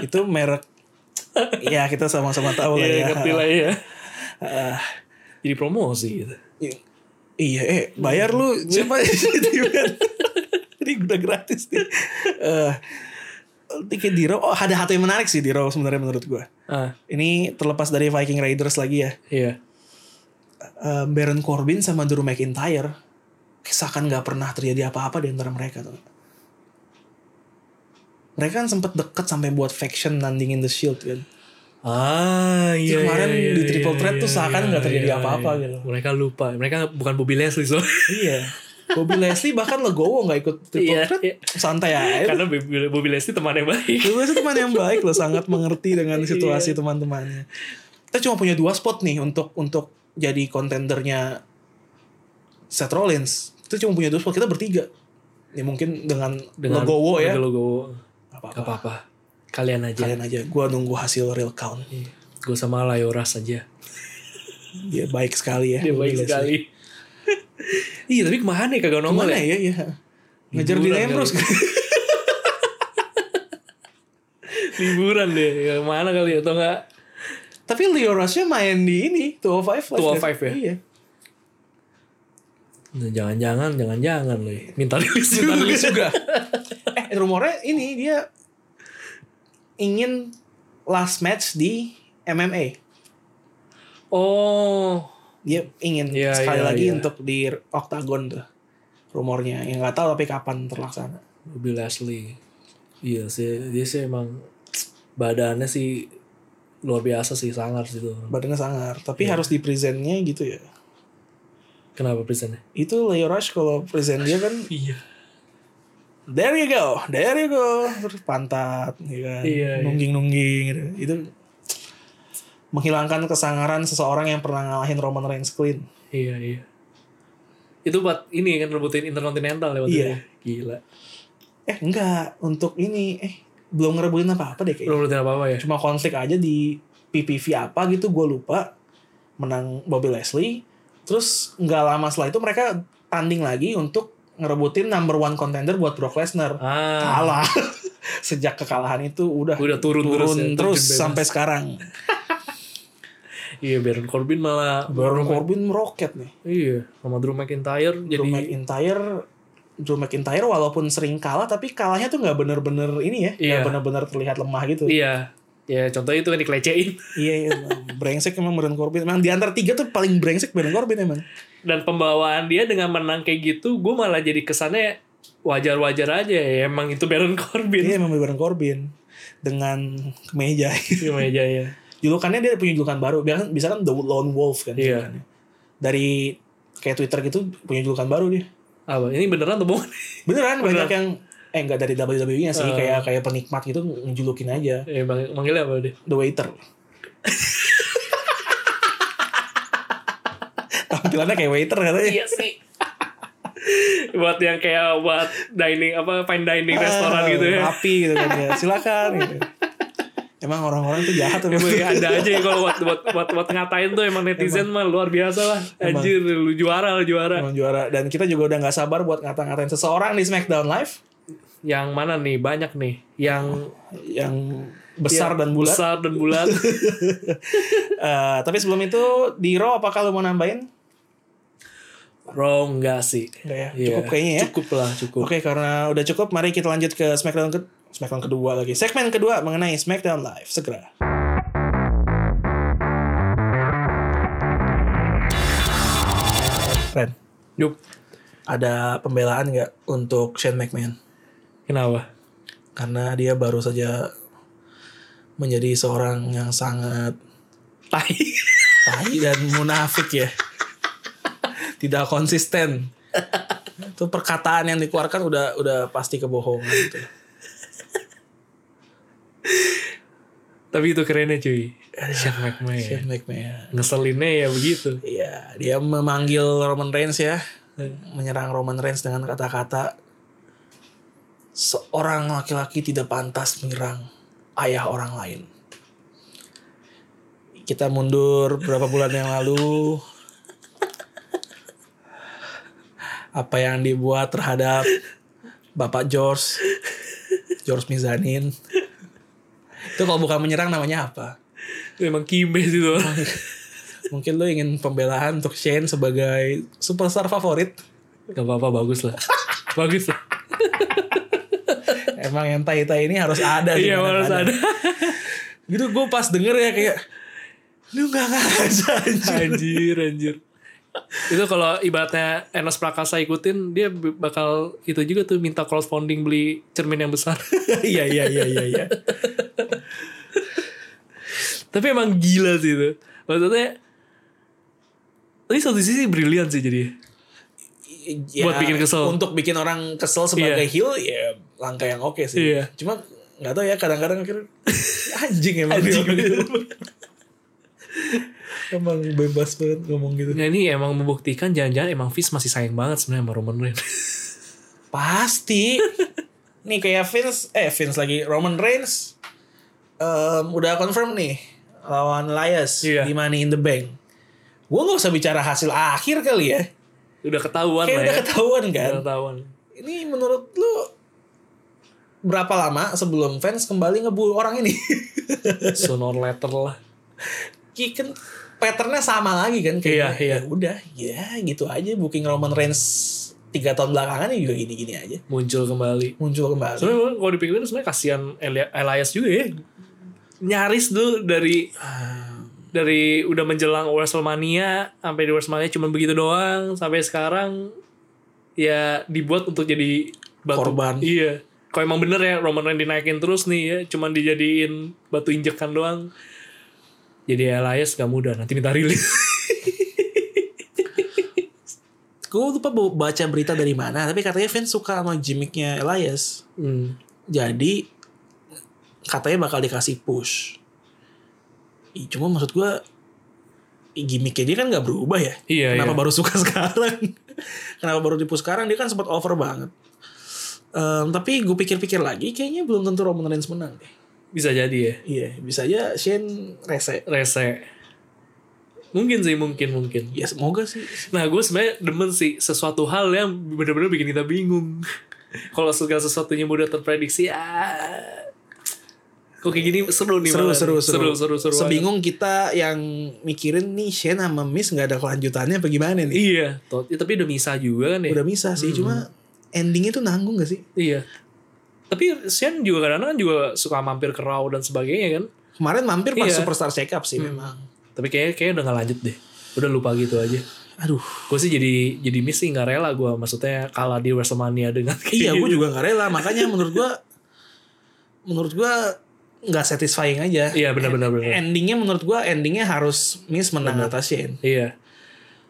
itu merek. Ya kita sama-sama tahu lah
Iya
ya.
ngerti lah ya.
Ah,
jadi promosi gitu.
I- Iya, eh bayar lu siapa gitu kan. Ini udah gratis nih. Eh tiket di Raw, oh ada satu yang menarik sih di Raw sebenarnya menurut gua.
Ah,
Ini terlepas dari Viking Raiders lagi ya.
iya.
Eh, Baron Corbin sama Drew McIntyre seakan nggak pernah terjadi apa-apa di antara mereka tuh. Mereka kan sempet deket sampai buat faction nandingin The Shield kan.
Ah, iya.
kemarin
iya, iya,
di Triple
iya,
Threat tuh
iya,
seakan nggak terjadi
iya,
apa-apa
iya.
gitu.
Mereka lupa. Mereka bukan Bobby Leslie soalnya.
Iya. Bobby Leslie bahkan legowo nggak ikut Triple
Iya,
Threat.
iya.
Santai aja.
Karena Bobby, Bobby Leslie teman yang baik.
Dulu itu teman yang baik loh, sangat mengerti dengan
Iya.
situasi teman-temannya. Kita cuma punya dua spot nih untuk untuk jadi kontendernya Seth Rollins. Kita cuma punya dua spot, kita bertiga. Ya mungkin dengan,
Dengan
legowo ya.
dengan Logowo.
Nggak
Gak
Apa-apa.
apa-apa. Kalian aja.
Kalian aja, gua nunggu hasil real count.
Gue sama Layoras aja.
Dia baik sekali ya.
Dia
Bobby
baik
Lashley.
sekali. Iya, tapi kemana ya kagak nongol
Kemana
ya?
ya? Iya. Ngejar di
Liburan
Ambrose.
Liburan deh. Ya, Kemana kali ya? Atau enggak?
Tapi Leo Rushnya main di ini, 205 Live.
205 ya?
Iya.
Nah, Jangan-jangan, jangan-jangan loh. Minta rilis juga.
Minta rilis juga. eh rumornya ini dia ingin last match di MMA.
Oh,
Dia ingin
Iya,
sekali
iya,
lagi
iya.
untuk di Octagon tuh rumornya. Yang nggak tahu tapi kapan terlaksana.
Bobby Leslie. Iya sih, dia sih emang badannya sih luar biasa sih, sangar sih tuh.
Badannya sangar, tapi
Iya.
harus di presentnya gitu ya.
Kenapa presentnya?
Itu Leo Rush kalau present dia kan
Iya.
there you go, there you go, terus pantat, ya kan,
Iya, iya.
nungging-nungging, gitu. itu menghilangkan kesangaran seseorang yang pernah ngalahin Roman Reigns clean.
Iya, iya. Itu buat ini kan rebutin Intercontinental lewat
Iya.
Gila.
Eh enggak, untuk ini eh belum ngerebutin apa-apa deh kayaknya.
Belum rebutin apa-apa ya?
Cuma konflik aja di PPV apa gitu gue lupa. Menang Bobby Leslie. Terus nggak lama setelah itu mereka tanding lagi untuk ngerebutin number one contender buat Brock Lesnar.
Ah,
Kalah. Sejak kekalahan itu udah
udah turun,
turun
ya,
terus
terjun bebas.
sampai sekarang.
Iya, Baron Corbin malah
Baron Corbin meroket nih.
Iya, sama Drew McIntyre
Drew
jadi
McIntyre Drew McIntyre walaupun sering kalah tapi kalahnya tuh nggak bener-bener ini ya, nggak
Iya.
bener-bener terlihat lemah gitu.
iya. Ya, contohnya itu kan dikelecehin
Iya, iya emang. brengsek emang Baron Corbin. Emang di antara tiga tuh paling brengsek Baron Corbin emang.
dan pembawaan dia dengan menang kayak gitu, gue malah jadi kesannya wajar-wajar aja ya. Emang itu Baron Corbin
Iya emang Baron Corbin dengan kemeja.
gimana aja ya.
Julukannya dia punya julukan baru. Biasa, bisa kan The Lone Wolf kan.
Iya.
julukannya. Dari kayak Twitter gitu punya julukan baru dia.
Apa? Ini beneran atau bohongan?
Beneran banyak yang eh enggak dari WWE-nya sih,
Eh.
kayak kayak penikmat gitu ngejulukin aja
Eh, bang- manggilnya apa deh?
The Waiter. Tampilannya kayak waiter katanya.
Iya sih. buat yang kayak buat dining apa fine dining restoran
Ah,
gitu ya.
Rapi gitu kan ya. Silakan gitu. Emang orang-orang tuh jahat emang.
Emang ada aja ya kalau buat buat buat, buat ngatain tuh emang netizen mah luar biasa lah. Anjir, lu juara lu juara.
Emang juara dan kita juga udah nggak sabar buat ngata-ngatain seseorang di Smackdown Live
Yang mana nih? Banyak nih. Yang
yang
Iya.
besar dan bulat.
besar dan bulat.
Eh, tapi sebelum itu di Raw apakah lu mau nambahin?
Raw enggak sih.
Enggak ya?
Iya.
Cukup kayaknya ya.
Cukup lah, cukup.
Oke, karena udah cukup mari kita lanjut ke Smackdown ke Smackdown kedua lagi. Segmen kedua mengenai Smackdown Live segera. Ren,
Yup.
ada pembelaan nggak untuk Shane McMahon?
Kenapa?
karena dia baru saja menjadi seorang yang sangat
Tai.
tai dan munafik ya. Tidak konsisten. Itu perkataan yang dikeluarkan udah udah pasti kebohongan gitu.
Tapi itu kerennya cuy. Shane McMahon.
Shane McMahon.
Ngeselinnya ya begitu.
Iya, dia memanggil Roman Reigns ya. Menyerang Roman Reigns dengan kata-kata seorang laki-laki tidak pantas menyerang ayah orang lain. Kita mundur berapa bulan yang lalu. Apa yang dibuat terhadap Bapak George George Mizanin. Itu kalau bukan menyerang namanya apa?
Itu emang kimbe sih tuh.
Mungkin lu ingin pembelaan untuk Shane sebagai superstar favorit.
Gak apa-apa bagus lah. bagus lah.
Emang yang tai-tai ini harus ada sih,
Iya harus ada.
kadang-kadang. Gitu gue pas denger ya kayak lu nggak ngaca anjir.
anjir anjir. Itu kalau ibaratnya Enos Prakasa ikutin dia b- bakal itu juga tuh minta corresponding beli cermin yang besar.
Iya iya iya iya iya.
Tapi emang gila sih itu. Maksudnya tapi satu sisi brilian sih jadi.
Ya,
Buat bikin kesel.
Untuk bikin orang kesel sebagai
Iya.
heel ya langkah yang oke sih.
Iya.
Cuma nggak tahu ya kadang-kadang akhirnya anjing emang
Anjing.
dia. emang bebas banget ngomong gitu.
Nah, ini emang membuktikan jangan-jangan emang Vince masih sayang banget sebenarnya sama Roman Reigns.
Pasti. nih kayak Vince, eh Vince lagi Roman Reigns em, udah confirm nih lawan Elias
Iya.
di Money in the Bank. Gue nggak usah bicara hasil akhir kali ya.
udah ketahuan
Kayak udah
lah ya.
ketahuan kan.
Udah ketahuan.
Ini menurut lu berapa lama sebelum fans kembali ngebu orang ini?
Sooner or later lah.
Kiken patternnya sama lagi kan kayak
Iya, iya.
ya udah ya gitu aja booking Roman Reigns tiga tahun belakangan ya juga gini-gini aja
Muncul kembali.
muncul kembali.
Sebenarnya kalau dipikirin sebenarnya kasihan Elia- Elias juga ya. Nyaris tuh dari
Ah.
dari udah menjelang WrestleMania sampai di WrestleMania cuma begitu doang sampai sekarang ya dibuat untuk jadi batu
Korban.
Iya. Kalau emang bener ya Roman Reigns dinaikin terus nih ya, cuman dijadiin batu injekan doang. Jadi Elias gak mudah nanti minta rilis.
gue lupa bu- baca berita dari mana tapi katanya Vince suka sama gimmicknya Elias
Hmm.
jadi katanya bakal dikasih push Ih, cuma maksud gue gimmicknya dia kan nggak berubah ya
Iya,
kenapa
iya.
baru suka sekarang kenapa baru di push sekarang dia kan sempat over banget Em, tapi gue pikir-pikir lagi kayaknya belum tentu Roman Reigns menang deh
Bisa jadi ya.
iya bisa aja Shane rese
Rese. Mungkin sih mungkin mungkin.
ya semoga sih
Nah gue sebenarnya demen sih sesuatu hal yang bener-bener bikin kita bingung. Kalau segala sesuatunya mudah terprediksi, ah, kok kayak gini seru nih.
seru,
malah.
seru, seru,
seru, seru.
Sebingung kita yang mikirin nih Shane sama Miss nggak ada kelanjutannya apa gimana nih?
banget. Iya, tot. Ya, tapi udah misah juga kan ya.
Udah bisa sih, cuma endingnya tuh nanggung gak sih?
Iya. Tapi Sian juga kadang-kadang kan juga suka mampir ke Raw dan sebagainya kan.
Kemarin mampir pas
Iya.
Superstar Shake Up sih memang.
Tapi kayaknya kayaknya udah gak lanjut deh. Udah lupa gitu aja.
Aduh,
Gue sih jadi jadi misi nggak rela gue. Maksudnya kalah di Wrestlemania dengan kayak
iya gue
gitu.
juga nggak rela. Makanya menurut gue, menurut gue nggak satisfying aja.
Iya benar-benar benar.
Endingnya menurut gue endingnya harus Miss menang atas Shane.
Iya.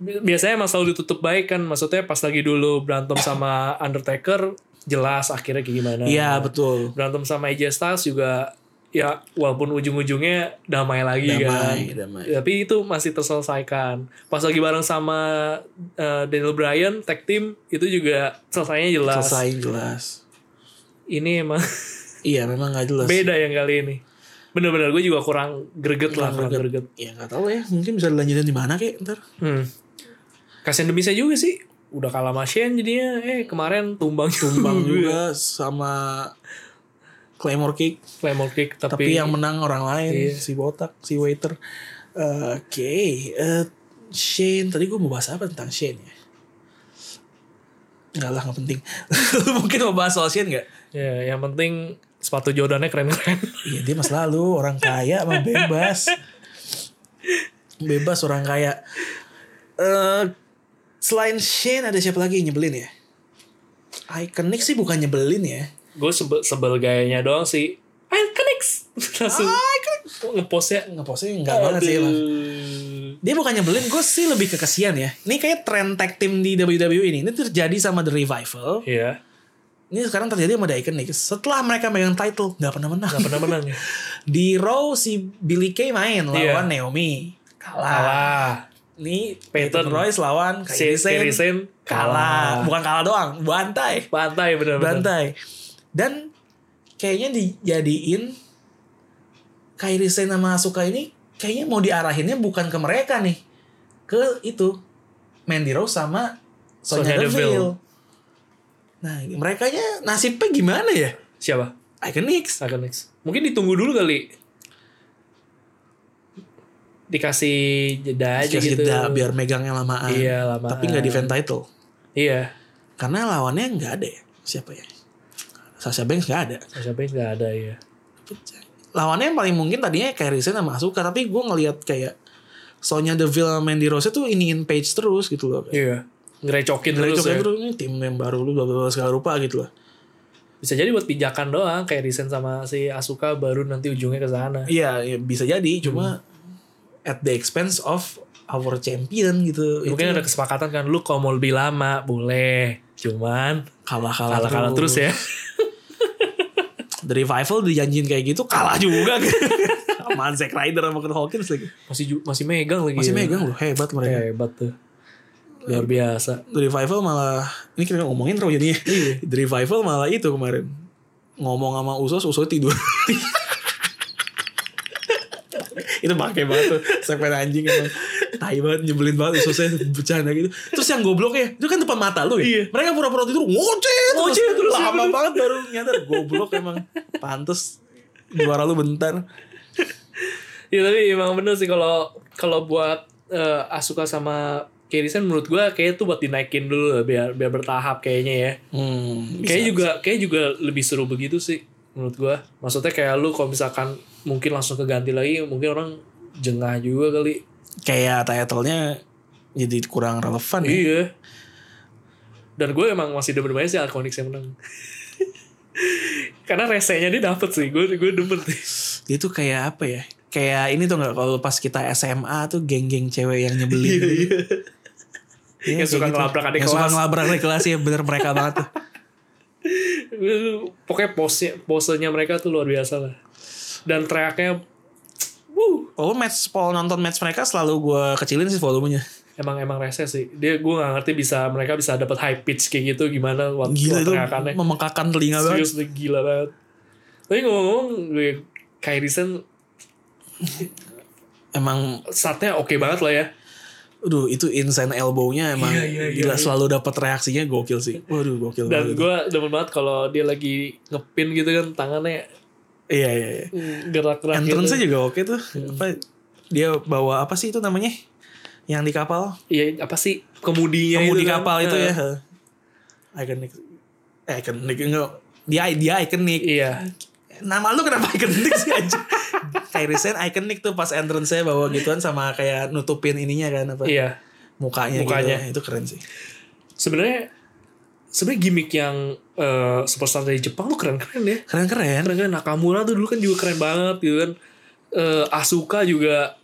Bi- Biasanya emang selalu ditutup baik kan. Maksudnya pas lagi dulu berantem sama Undertaker, jelas akhirnya kayak gimana.
Iya betul.
Berantem sama AJ Styles juga, ya walaupun ujung-ujungnya damai lagi kan.
Damai, damai.
Tapi itu masih terselesaikan. Pas lagi bareng sama eh, Daniel Bryan, tag team, itu juga selesainya jelas.
Selesai jelas.
Ini emang
Iya memang nggak jelas.
beda yang kali ini. Bener-bener gue juga kurang greget lah, kurang greget.
Ya nggak tahu ya, mungkin bisa dilanjutin di mana kek ntar.
Hmm. Kasian demi saya juga sih. Udah kalah sama Shane jadinya. Eh kemarin tumbang
Bang juga sama Claymore Kick
Claymore kick tapi,
tapi yang menang orang lain
Iya.
si botak si waiter Eh, oke eh, Shane tadi gue mau bahas apa tentang Shane ya Enggak lah, gak penting. Mungkin mau bahas soal Shane gak?
ya, yang penting sepatu Jordannya keren-keren.
Iya, dia mas lalu. Orang kaya mah bebas. Bebas orang kaya. eh selain Shane, ada siapa lagi yang nyebelin ya? Iconic sih bukan nyebelin ya.
gue sebel, sebel gayanya doang sih. Ayo connect langsung
Iconic.
ngepostnya.
Ngepostnya enggak banget Ah. sih emang. Dia bukan nyebelin, gue sih lebih ke kesian ya. Ini kayak tren tag team di WWE ini. Ini terjadi sama The Revival.
Iya,
Ini sekarang terjadi sama The Iconics. Setelah mereka megang title, nggak pernah menang.
nggak pernah menang ya.
Di Raw si Billy Kay main
Iya.
lawan Naomi. Kalah.
Kalah.
Ini
Peyton
Peyton Royce lawan Kairi
Kairi
Sane.
Sane Oh.
Kalah.
kalah.
Bukan kalah doang, bantai.
Bantai bener-bener.
Bantai. Dan kayaknya dijadiin Kairi Sane sama Asuka ini kayaknya mau diarahinnya bukan ke mereka nih. Ke itu Mandy Rose sama Sonya
Sonya
Deville.
Deville.
Nah, mereka nasibnya gimana ya?
Siapa?
Iconics.
Akan next. Mungkin ditunggu dulu kali. dikasih jeda aja
Dikasih
gitu.
jeda biar megangnya lamaan.
Iya, lamaan.
Tapi nggak defend title.
Iya.
Karena lawannya nggak ada ya. Siapa ya? Sasha Banks nggak ada.
Sasha Banks nggak ada ya.
Lawannya yang paling mungkin tadinya kayak Reigns sama Asuka. Tapi gue ngelihat kayak Sonya Deville sama Mandy Rose tuh iniin page terus gitu loh.
Iya. Ngerecokin
Dari
terus
Jogja
ya.
terus ini tim yang baru lu bla bla bla segala rupa gitu loh.
Bisa jadi buat pijakan doang kayak Risen sama si Asuka baru nanti ujungnya ke sana.
Iya, ya bisa jadi cuma at the expense of our champion gitu.
Hmm. Mungkin
Itu
ada kesepakatan kan lu kalau mau lebih lama boleh. Cuman
kalah kalah,
kalah-kalah terus ya.
The revival dijanjin kayak gitu kalah juga. Sama Zack Ryder sama Kurt Hawkins lagi.
Masih ju- masih megang lagi.
Masih
ya.
megang loh, hebat mereka.
Hebat tuh. Luar biasa.
The revival malah ini kita ngomongin terus jadinya.
Iya.
The revival malah itu kemarin ngomong sama Usos, Usos tidur. itu pakai banget tuh segmen anjing emang tai banget nyebelin banget ususnya bercanda gitu terus yang gobloknya itu kan depan mata lu ya mereka pura-pura tidur ngoceh
Ngoceh
terus
Iya. terus,
lama
ya.
banget baru nyadar goblok emang pantes juara lu bentar
Ya tapi emang bener sih kalau kalau buat eh, Asuka sama Kirisen menurut gua kayak itu buat dinaikin dulu lah, biar biar bertahap kayaknya ya.
hmm,
Kayak juga kayak juga lebih seru begitu sih menurut gua. Maksudnya kayak lu kalau misalkan mungkin langsung keganti lagi mungkin orang jengah juga kali.
kayak title-nya jadi kurang relevan ya.
Iya. Dan gue emang masih demen banget sih Alconix yang menang. Karena resenya dia dapet sih, gue gue demen sih.
dia tuh kayak apa ya kayak ini tuh nggak kalau pas kita SMA tuh geng-geng cewek yang nyebelin gitu. Iya,
iya. Yang
kayak
suka ngelabrak adik
yang suka
kelas.
ngelabrak adik kelas ya bener mereka banget tuh
Pokoknya pose posenya mereka tuh luar biasa lah. Dan teriaknya, wuh,
oh match Paul nonton match mereka selalu gue kecilin sih volumenya
emang emang rese sih. Dia gue nggak ngerti bisa mereka bisa dapat high pitch kayak gitu gimana waktu
gila itu
teriakannya.
memekakan telinga banget
Serius deh gila banget. Tapi ngomong gue Kairisen
emang
saatnya oke banget lah ya.
aduh itu insane elbow-nya emang
Iya, iya, iya,
gila
iya.
selalu dapat reaksinya gokil sih waduh gokil banget
Dan gue demen banget kalau dia lagi ngepin gitu kan tangannya
iya iya iya
mm, gerak-gerak
entrance-nya
gitu.
juga oke tuh apa dia bawa apa sih itu namanya yang di kapal
Iya apa sih kemudinya
Kemudi
itu kan.
kapal Iya, itu
Eh,
ya. Ikonik. Eh, ikonik enggak. Dia dia ikonik.
Iya.
Nama lu kenapa ikonik sih aja? Kairisen ikonik tuh pas entrance saya bawa gituan sama kayak nutupin ininya kan apa?
Iya.
Mukanya,
Mukanya.
gitu. Itu keren sih.
Sebenarnya sebenarnya gimmick yang eh, superstar dari Jepang tuh keren-keren ya.
Keren-keren.
Keren-keren Nakamura tuh dulu kan juga keren banget gitu kan. Eh, Asuka juga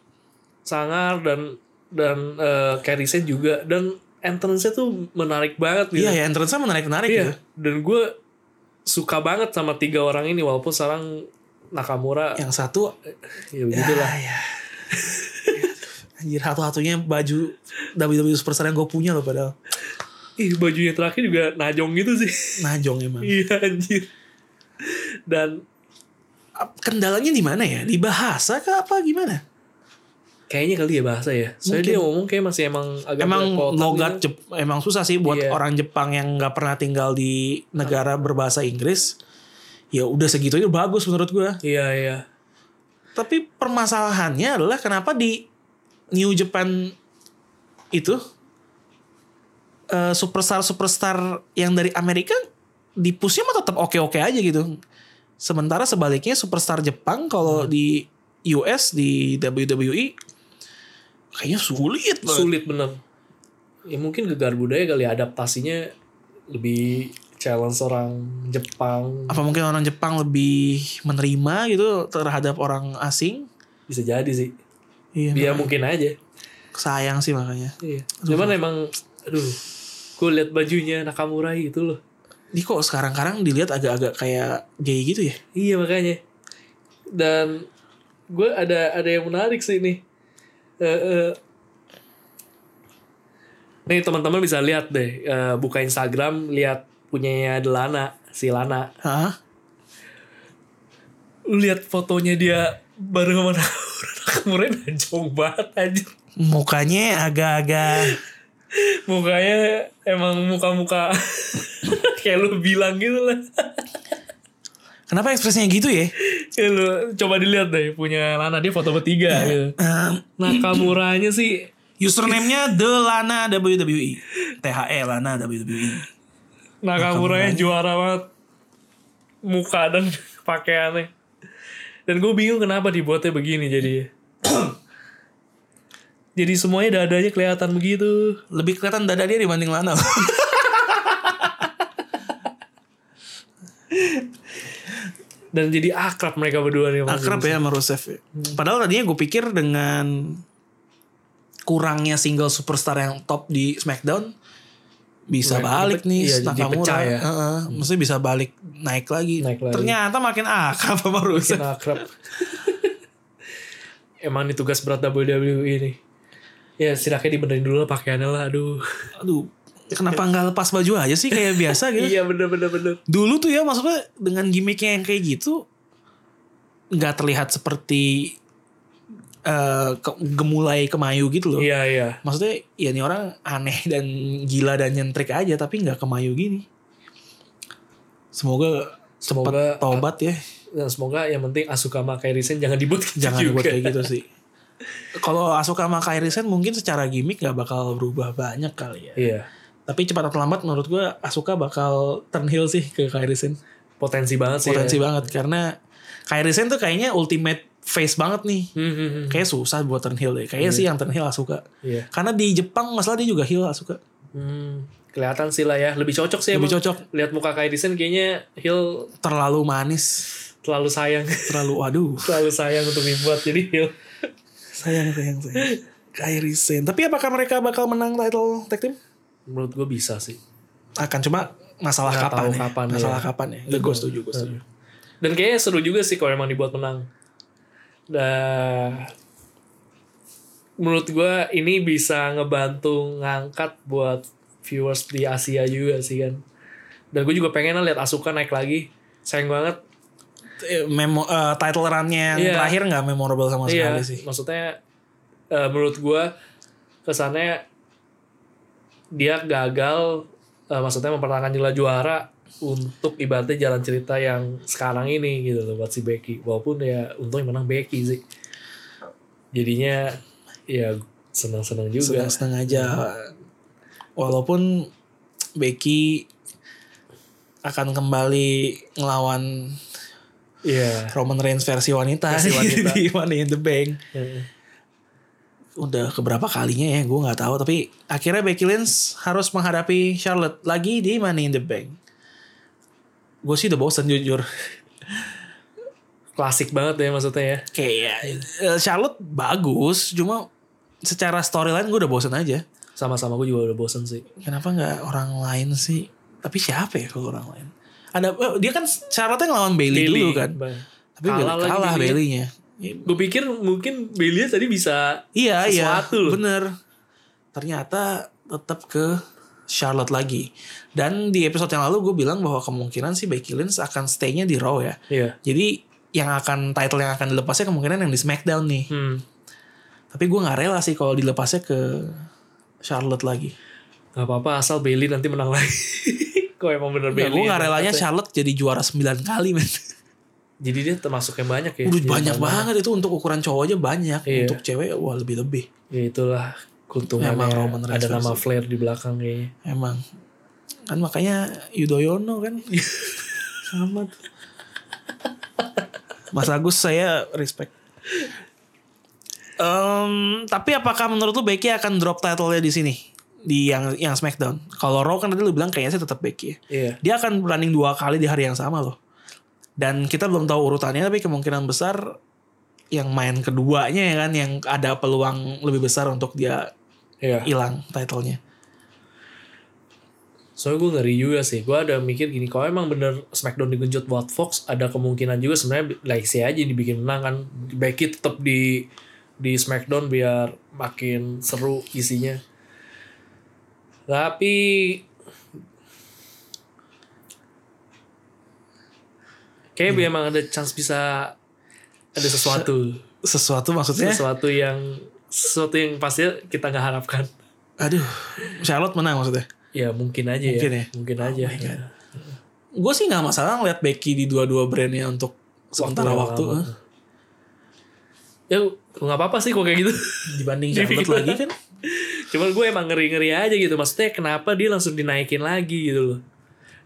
sangar dan dan eh, Kairisen juga dan entrance-nya tuh menarik banget gitu.
Iya, ya entrance menarik-menarik
Iya,
gitu.
dan gue suka banget sama tiga orang ini walaupun sekarang Nakamura
Yang satu
ya begitulah.
ah, ya. Anjir, satu-satunya baju WWE Superstar yang gue punya loh padahal.
Ih, bajunya terakhir juga najong gitu sih.
Najong Nah, emang.
Iya anjir. Dan
Kendalanya di mana ya? Di bahasa kah apa gimana?
kayaknya kali ya bahasa ya.
Mungkin.
Soalnya dia ngomong kayak masih emang agak
emang
belepotan
logat
gitu.
Jep- emang susah sih buat
Iya.
orang Jepang yang nggak pernah tinggal di negara berbahasa Inggris ya udah segitu aja bagus menurut gua
Iya, iya.
tapi permasalahannya adalah kenapa di New Japan itu eh, superstar superstar yang dari Amerika di pushnya mah tetap oke oke aja gitu sementara sebaliknya superstar Jepang kalau di US di WWE kayaknya sulit banget.
Sulit bener. Ya mungkin gegar budaya kali ya, adaptasinya lebih challenge orang Jepang
apa mungkin orang Jepang lebih menerima gitu terhadap orang asing
bisa jadi sih.
iya
Dia mungkin aja.
sayang sih makanya
Iya. Cuman emang aduh gue liat bajunya Nakamura itu loh.
ini kok sekarang-karang dilihat agak-agak kayak gay gitu ya
Iya makanya. Dan gue ada ada yang menarik sih nih. Eh, eh. Nih teman-teman bisa lihat deh eh, buka Instagram lihat punyanya Delana si Lana.
Hah?
Lu Lihat fotonya dia bareng sama Nakamura. Nakamura najong banget aja.
mukanya agak-agak
Mukanya emang muka-muka kayak lu bilang gitu lah.
kenapa ekspresinya gitu ya
Ya, lu coba dilihat deh punya Lana dia foto bertiga gitu. Nakamuranya sih
Username-nya The Lana E. WWE. THE Lana E. WWE.
Nakamuranya juara banget. Muka dan pakaiannya. Dan gue bingung kenapa dibuatnya begini jadi. jadi semuanya dadanya kelihatan begitu.
Lebih kelihatan dada dia dibanding Lana.
Dan jadi akrab mereka berdua nih. Mas.
Akrab ya sama Rusev. ya.
Hmm.
Padahal tadinya gue pikir dengan kurangnya single superstar yang top di SmackDown bisa balik nih
iya,
Nakamura.
dipecah ya.
Heeh, Maksudnya bisa balik naik lagi.
Naik lagi.
Ternyata makin akrab sama Rusev.
Makin akrab. Emang ini tugas berat WWE ini. Ya setidaknya dibenerin dulu lah pakaiannya lah. Aduh.
Aduh, kenapa nggak lepas baju aja sih kayak biasa gitu?
iya bener bener bener.
Dulu tuh ya maksudnya dengan gimmicknya yang kayak gitu nggak terlihat seperti eh, ke- gemulai kemayu gitu loh.
Iya iya.
Maksudnya ya ini orang aneh dan gila dan nyentrik aja tapi nggak kemayu gini. Semoga
Semoga
cepat tobat ya.
dan semoga yang penting Asuka sama Kairi Sen jangan dibuat gitu
Jangan
juga.
buat kayak gitu sih. Kalau Asuka sama Kairi Sen mungkin secara gimmick nggak bakal berubah banyak kali ya.
Iya.
Tapi cepat atau lambat menurut gua Asuka bakal turn heel sih ke Kairi Sen.
Potensi banget sih.
Potensi
ya.
banget karena Kairi Sen tuh kayaknya ultimate face banget nih.
Hmm, hmm, hmm.
Kayak susah buat turn heel deh. Kayaknya sih yang turn heel Asuka.
Iya.
Karena di Jepang masalah dia juga heel Asuka.
Hmm, kelihatan sih lah ya. Lebih cocok sih
Lebih
emang.
cocok.
Lihat muka Kairi Sen kayaknya Hill
Terlalu manis.
terlalu sayang.
terlalu aduh
terlalu sayang untuk dibuat jadi Hill.
sayang sayang sayang Kairi Sen tapi apakah mereka bakal menang title tag team
Menurut gue bisa sih.
akan cuma masalah
Nggak
kapan,
tahu
ya.
kapan,
masalah
ya.
kapan ya Nggak, gue setuju gue setuju
Dan kayaknya seru juga sih kalau emang dibuat menang. Dah. Menurut gue ini bisa ngebantu ngangkat buat viewers di Asia juga sih kan. Dan gue juga pengen lah lihat Asuka naik lagi. Sayang banget.
Eh, memo eh, title runnya yang
Iya.
terakhir nggak memorable sama
Iya.
sekali sih
Maksudnya eh, menurut gue kesannya dia gagal. eh, maksudnya mempertahankan jelas juara untuk ibaratnya jalan cerita yang sekarang ini gitu loh buat si Becky. Walaupun ya untungnya menang Becky sih. Jadinya ya senang-senang juga.
setengah setengah aja walaupun Becky akan kembali ngelawan
Iya.
Roman Reigns versi wanita,
Versi wanita.
di Money in the Bank udah keberapa kalinya ya gue nggak tahu tapi akhirnya Becky Lynch harus menghadapi Charlotte lagi di Money in the Bank gue sih udah bosen jujur
Klasik banget ya maksudnya ya.
kayak eh, Charlotte bagus cuma secara storyline gue udah bosen aja
Sama-sama gue juga udah bosen sih.
kenapa nggak orang lain sih tapi siapa ya kalau orang lain ada eh, dia kan Charlotte ngelawan Bailey dulu kan tapi kalah,
Kalah lagi
kalah
Bayley.
Bailey-nya
Gue pikir mungkin Belia tadi bisa
Iya iya
Sesuatu loh.
bener ternyata tetap ke Charlotte lagi dan di episode yang lalu gue bilang bahwa kemungkinan sih Becky Lynch akan stay-nya di Raw ya
Iya.
jadi yang akan title yang akan dilepasnya kemungkinan yang di SmackDown nih
Hmm.
tapi gue nggak rela sih kalau dilepasnya ke Charlotte lagi
Gak apa-apa asal Bailey nanti menang lagi. Kok emang bener
Nah,
Bailey.
gue nggak
yang
relanya
berangkat ya?
Charlotte jadi juara 9 kali men
Jadi dia termasuk yang banyak ya.
udah
Iya,
banyak
sama.
banget itu untuk ukuran cowok aja banyak
Iya.
untuk cewek wah lebih lebih
Ya itulah keuntungannya.
Emang Roman Reigns
ada nama
versus-
Flair di belakang kayaknya.
Emang. Kan makanya Yudhoyono kan. Sama tuh. Mas Agus saya respect. Em, tapi apakah menurut lu Becky akan drop title-nya di sini? Di yang yang SmackDown. Kalau Raw kan tadi lu bilang kayaknya sih tetap Becky. ya.
Iya.
Dia akan running dua kali di hari yang sama loh. Dan kita belum tahu urutannya tapi kemungkinan besar yang main keduanya ya kan yang ada peluang lebih besar untuk dia
Iya.
hilang titlenya.
Soalnya gue ngeri juga sih. Gue ada mikir gini. Kalau emang bener Smackdown digenjot buat Fox. Ada kemungkinan juga sebenarnya Lacey aja dibikin menang kan. Becky tetap di di Smackdown biar makin seru isinya. Tapi kayak memang ada chance bisa ada sesuatu,
Sesuatu maksudnya?
sesuatu yang sesuatu yang pasti kita nggak harapkan.
Aduh, Charlotte menang maksudnya.
Ya mungkin aja
Mungkin
ya.
ya?
Mungkin aja.
Gue sih nggak masalah ngeliat Becky di dua-dua brandnya untuk sementara
Waktu
waktu
lama.
eh.
ya nggak apa-apa sih kok kayak gitu
dibanding
Jadi
Charlotte
gitu.
lagi kan
cuman gue emang ngeri-ngeri aja gitu maksudnya kenapa dia langsung dinaikin lagi gitu loh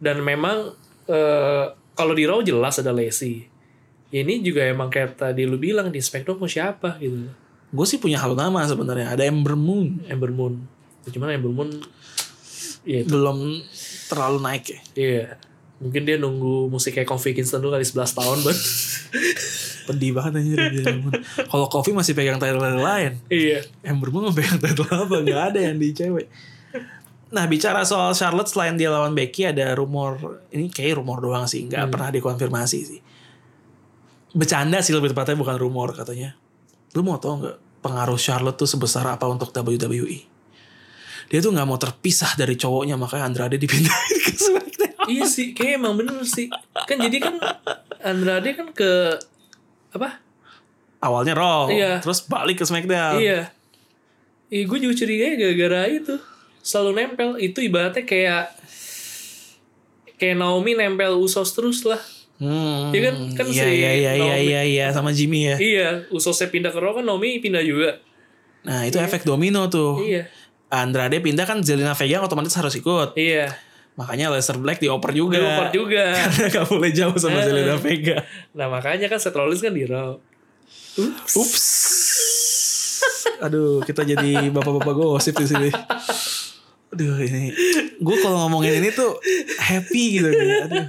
dan memang eh, kalau di Raw jelas ada Lacey Ya ini juga emang kayak tadi lu bilang di SmackDown mau siapa gitu loh.
gue sih punya satu nama sebenarnya ada Ember Moon
Ember Moon cuman Ember Moon ya itu
belum terlalu naik ya
iya mungkin dia nunggu musik kayak Kofi Kingston dulu kali 11 tahun buat
pedih banget anjir Ember Moon. kalau Kofi masih pegang title lain
iya
Ember Moon mau pegang title apa nggak ada yang di cewek nah bicara soal Charlotte selain dia lawan Becky ada rumor ini kayak rumor doang sih nggak
Hmm.
pernah dikonfirmasi sih bercanda sih lebih tepatnya bukan rumor katanya lu mau tau nggak pengaruh Charlotte tuh sebesar apa untuk WWE dia tuh nggak mau terpisah dari cowoknya makanya Andrade dipindahin ke SmackDown
iya sih kayak emang bener sih kan jadi kan Andrade kan ke apa
awalnya Raw
Iya.
terus balik ke SmackDown
Iya. Iya, gue juga curiganya gara-gara itu. Selalu nempel. Itu ibaratnya kayak kayak Naomi nempel Usos terus lah.
Hmm,
Iya kan? Kan
iya,
si
iya, iya, iya,
Naomi-
iya, iya, sama Jimmy ya.
Iya, Usosnya pindah ke Raw kan Naomi pindah juga.
Nah itu efek domino tuh.
Iya.
Andrade pindah kan Zelina Vega otomatis harus ikut.
Iya.
Makanya Lester Black dioper
Di
juga.
Over juga.
Karena gak boleh jauh sama
Eh.
Zelina Vega.
Nah, makanya kan Seth Rollins kan di Raw. Ups.
Ups. Aduh, kita jadi bapak-bapak gosip di sini. Aduh, ini gue kalau ngomongin ini tuh happy gitu. Aduh.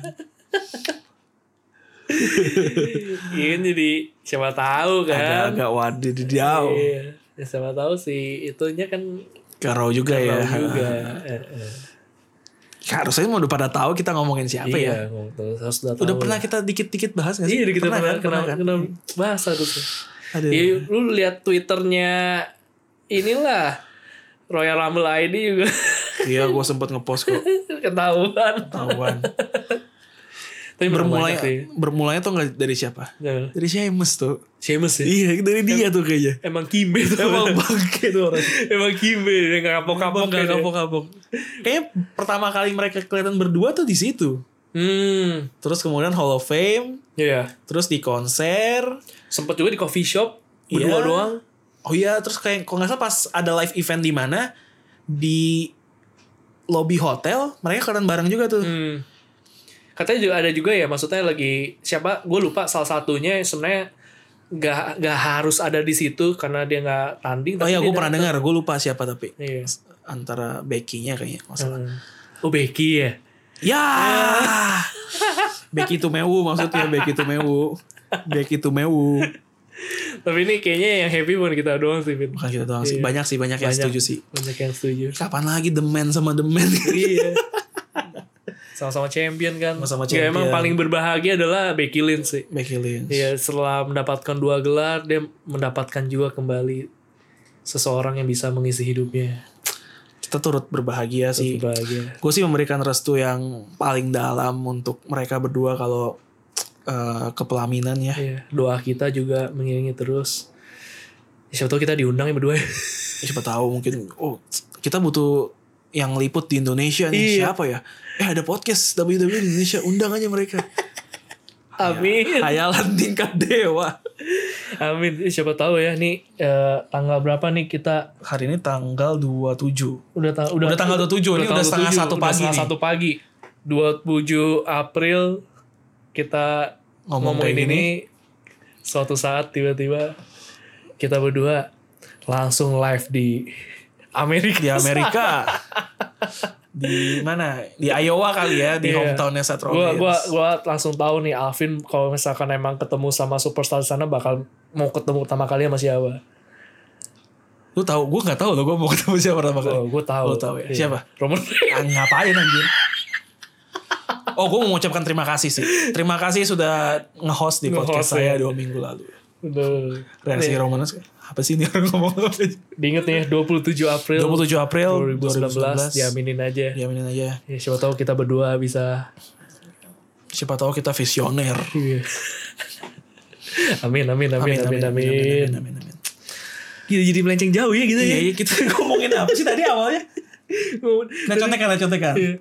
Iya kan jadi siapa tahu kan.
Agak-agak wadidaw.
Iya. Ya, siapa tahu si itunya kan
Karau juga ya.
Raw juga. Eh, eh.
Harusnya mau udah pada tahu kita ngomongin siapa ya.
Iya, ngomong terus harus udah
Udah
tahu.
pernah kita dikit-dikit bahas gak sih?
Iya, kita pernah,
kan? Pernah
pernah,
kan? Iya.
pernah bahas harusnya.
Aduh.
Ya, lu lihat twitternya inilah Royal Rumble ID juga
Iya, gue sempet ngepost kok.
ketahuan.
Tahuan.
Tapi
Bermulai,
bermulai sih.
bermulanya tuh gak dari siapa?
Nah,
Dari Seamus tuh.
Seamus ya.
Iya, dari dia tuh kayaknya.
Emang Kimbe tuh.
Emang bangke tuh orang.
Emang Kimbe yang gak kapok-kapok
Gak
kan ya.
kapok-kapok. Kayaknya pertama kali mereka kelihatan berdua tuh di situ.
Hmm.
Terus kemudian Hall of Fame,
Iya.
terus di konser.
Sempet juga di coffee shop
Iya.
berdua doang.
Oh iya, terus kayak kalau nggak salah pas ada live event di mana di lobby hotel mereka kelihatan bareng juga tuh.
Hmm. Katanya juga ada juga ya maksudnya lagi siapa gue lupa salah satunya yang sebenarnya gak, gak harus ada di situ karena dia gak tanding.
Oh
tapi
iya,
dia
gue pernah
datang.
dengar. Gue lupa siapa tapi
Iya.
antara Becky-nya kayaknya. kalau salah.
Hmm. Oh Becky ya.
Ya. Becky Tumewu maksudnya Becky Tumewu. Becky Tumewu.
Tapi ini kayaknya yang happy bukan kita doang sih, Fit.
Bukan kita doang sih.
Iya.
Banyak sih banyak yang
Banyak.
setuju sih.
Banyak yang setuju.
Kapan lagi The Man sama The Man?
iya. Sama-sama champion kan.
Sama-sama
Ya, emang
champion.
paling berbahagia adalah Becky Lynch sih.
Becky Lynch.
Iya, setelah mendapatkan dua gelar, dia mendapatkan juga kembali seseorang yang bisa mengisi hidupnya.
Kita turut berbahagia sih.
Berbahagia.
Gue sih memberikan restu yang paling dalam untuk mereka berdua kalau eh, kepelaminan ya.
Iya, doa kita juga mengiringi terus. Ya, Siapa tahu kita diundang ya berdua.
Siapa tahu mungkin oh kita butuh yang liput di Indonesia nih
Iya.
siapa ya? Eh ada podcast WWE di Indonesia undang aja mereka.
Amin.
Hayalan tingkat dewa.
Amin. Ih, Siapa tahu ya nih eh, tanggal berapa nih kita
Hari ini tanggal 27.
udah, ta-
Udah tanggal 27, ini udah
tanggal
setengah
27,
satu
udah
pagi
setengah
nih.
satu pagi 27 April kita
Ngomong
ngomongin
kayak
ini suatu saat tiba-tiba kita berdua langsung live di Amerika
di Amerika di mana di Iowa kali ya di
Iya.
hometownnya Seth
gua
Rollins
gua gua langsung tahu nih Alvin kalau misalkan emang ketemu sama superstar di sana bakal mau ketemu pertama kali sama siapa
lu tahu gue nggak tahu lo gue mau ketemu siapa pertama kali
oh, gue tahu
Lu tahu ya?
Iya.
Siapa?
Roman
Ah, ngapain anjir oh gue mau mengucapkan terima kasih sih terima kasih sudah nge-host di podcast
Nge-host,
saya
ya. Iya.
dua minggu lalu
Udah.
reaksi Romanes apa sih ini orang ngomong apa sih?
diinget nih 27 April
27 April
2019, diaminin aja
diaminin aja
Ya, siapa tahu kita berdua bisa. Iya.
siapa tahu kita visioner
amin, amin, amin, amin, amin, amin,
amin, Iya, amin.
Kita jadi melenceng jauh ya gitu
Iya, iya, kita ngomongin apa sih tadi awalnya?
Ngomong-
Nah, contekan, nah, contekan.
Iya.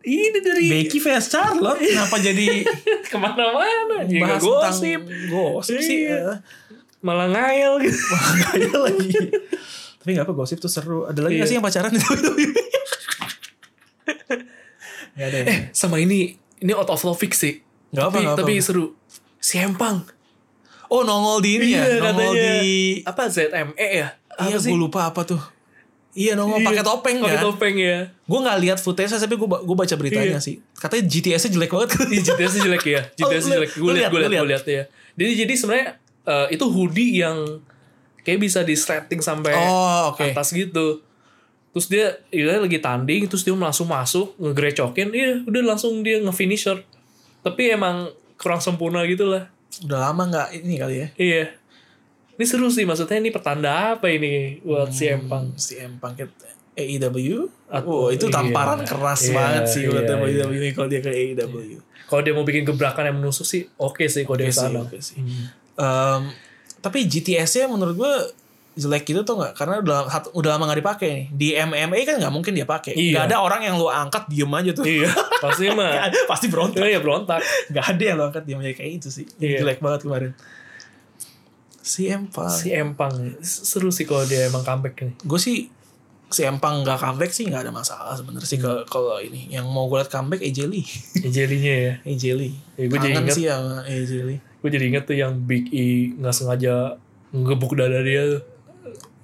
ini dari
Becky vs Charlotte kenapa jadi
kemana-mana juga
bahas tentang
gosip
Iya, gosip sih?
Iya.
eh.
malah ngayal gitu
Ada lagi. Tapi gak apa gosip tuh seru. Ada lagi
Iya.
gak sih yang pacaran itu? gak ada. ya?
sama ini ini out of topic sih
Nggak apa,
tapi,
nggak apa.
tapi seru si empang
Oh nongol di ini ya? Nongol di...
apa ZME ya
Iya gue lupa apa tuh. Iya nongol
Iya,
pakai topeng
pakai
kan?
topeng ya
Gue gak lihat footage-nya tapi gue gue baca beritanya
Iya.
sih. Katanya GTS-nya jelek banget.
GTS -nya jelek ya GTS -nya
Oh, lu-
jelek gue
lu
liat
liat,
gue
lu
liat gue
liat.
liat ya jadi jadi sebenarnya eh, itu hoodie yang kayak bisa di setting sampai
Oh, oke.
atas gitu terus dia dia lagi tanding terus dia langsung masuk ngegrecokin iya udah langsung dia ngefinisher tapi emang kurang sempurna gitu lah
Udah lama gak ini kali ya?
Iya. Ini seru sih maksudnya ini pertanda apa ini buat si
Hmm.
Empang.
Si M Pangket AEW. Oh,
Atau-
itu
iya.
tamparan keras
Iya,
banget sih buat
iya,
WWE kalau dia ke E AEW.
Kalau dia mau bikin gebrakan yang menusuk sih oke sih Hmm. kalau dia
Oke sih,
sana.
oke sih. Em, tapi GTS-nya menurut gue jelek gitu tuh nggak karena udah hat- udah lama nggak dipakai nih di MMA kan nggak mungkin dia pakai
Iya.
nggak ada orang yang lu angkat diem aja tuh
Iya, pasti
Nggak
mah.
ada, pasti berontak
Iya, berontak.
nggak ada yang lu angkat diem aja kayak itu sih Jadi
Iya.
jelek banget kemarin si Empang
Si Empang seru sih kalau dia emang comeback nih.
gue sih si Empang nggak comeback sih nggak ada masalah sebenernya sih
Hmm.
ke- kalau ini yang mau gue liat comeback AJ Lee
Ya, Jelinya ya.
AJ Lee
Ya, gua jadi
kangen
ingat.
sih sama AJ Lee
Gue jadi inget tuh yang Big E nggak sengaja ngebuk dada dia.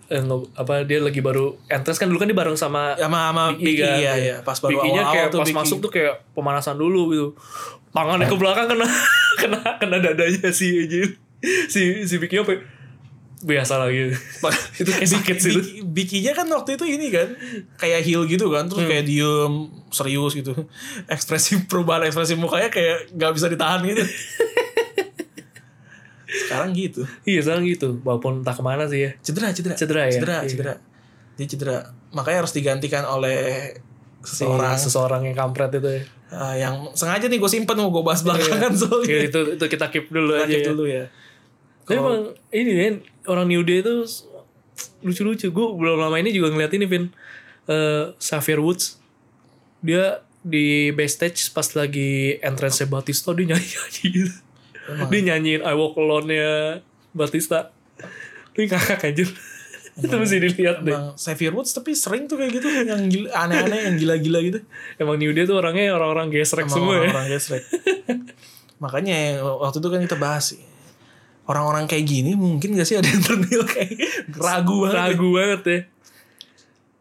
Eh, nge- apa dia lagi baru entrance kan dulu kan dia bareng sama
sama sama Big E
kan?
iya iya pas baru
Bikinya
awal-awal
kayak
tuh
pas
Big E.
masuk tuh kayak pemanasan dulu gitu. Tangannya ke belakang kena kena kena dadanya si Ejil. Si si Bikinya apa biasa lagi. itu kayak sakit sih.
Biki- Bikinya kan waktu itu ini kan kayak heel gitu kan
Hmm.
terus kayak diem serius gitu ekspresi perubahan ekspresi mukanya kayak nggak bisa ditahan gitu sekarang gitu
Iya, sekarang gitu. Walaupun entah kemana sih ya.
cedera cedera
Cedera ya?
cedera
Iya.
cedera dia cedera makanya harus digantikan oleh
Si
seseorang
seseorang yang kampret itu ya.
eh, yang sengaja nih gue simpen mau gue
Iya.
bahas belakangan soalnya
Ya, itu itu kita keep dulu
Kita
aja.
keep
ya.
dulu ya
Tapi emang ini kan orang New Day itu lucu-lucu. Gue belum lama ini juga ngeliat ini Vin. Eh, Xavier Woods. Dia di backstage pas lagi entrance Batista dia nyanyi-nyanyi gitu. Dia nyanyiin I Walk Alone-nya Batista. Ini kakak anjir. Itu mesti dilihat deh.
Emang Xavier Woods tapi sering tuh kayak gitu yang gila- aneh-aneh yang gila-gila gitu
Emang New Day tuh orangnya orang-orang gesrek
Emang
semua ya.
orang-orang gesrek. Makanya waktu itu kan kita bahas sih. Orang-orang kayak gini mungkin gak sih ada yang ternil kayak ragu banget.
Ragu banget ya.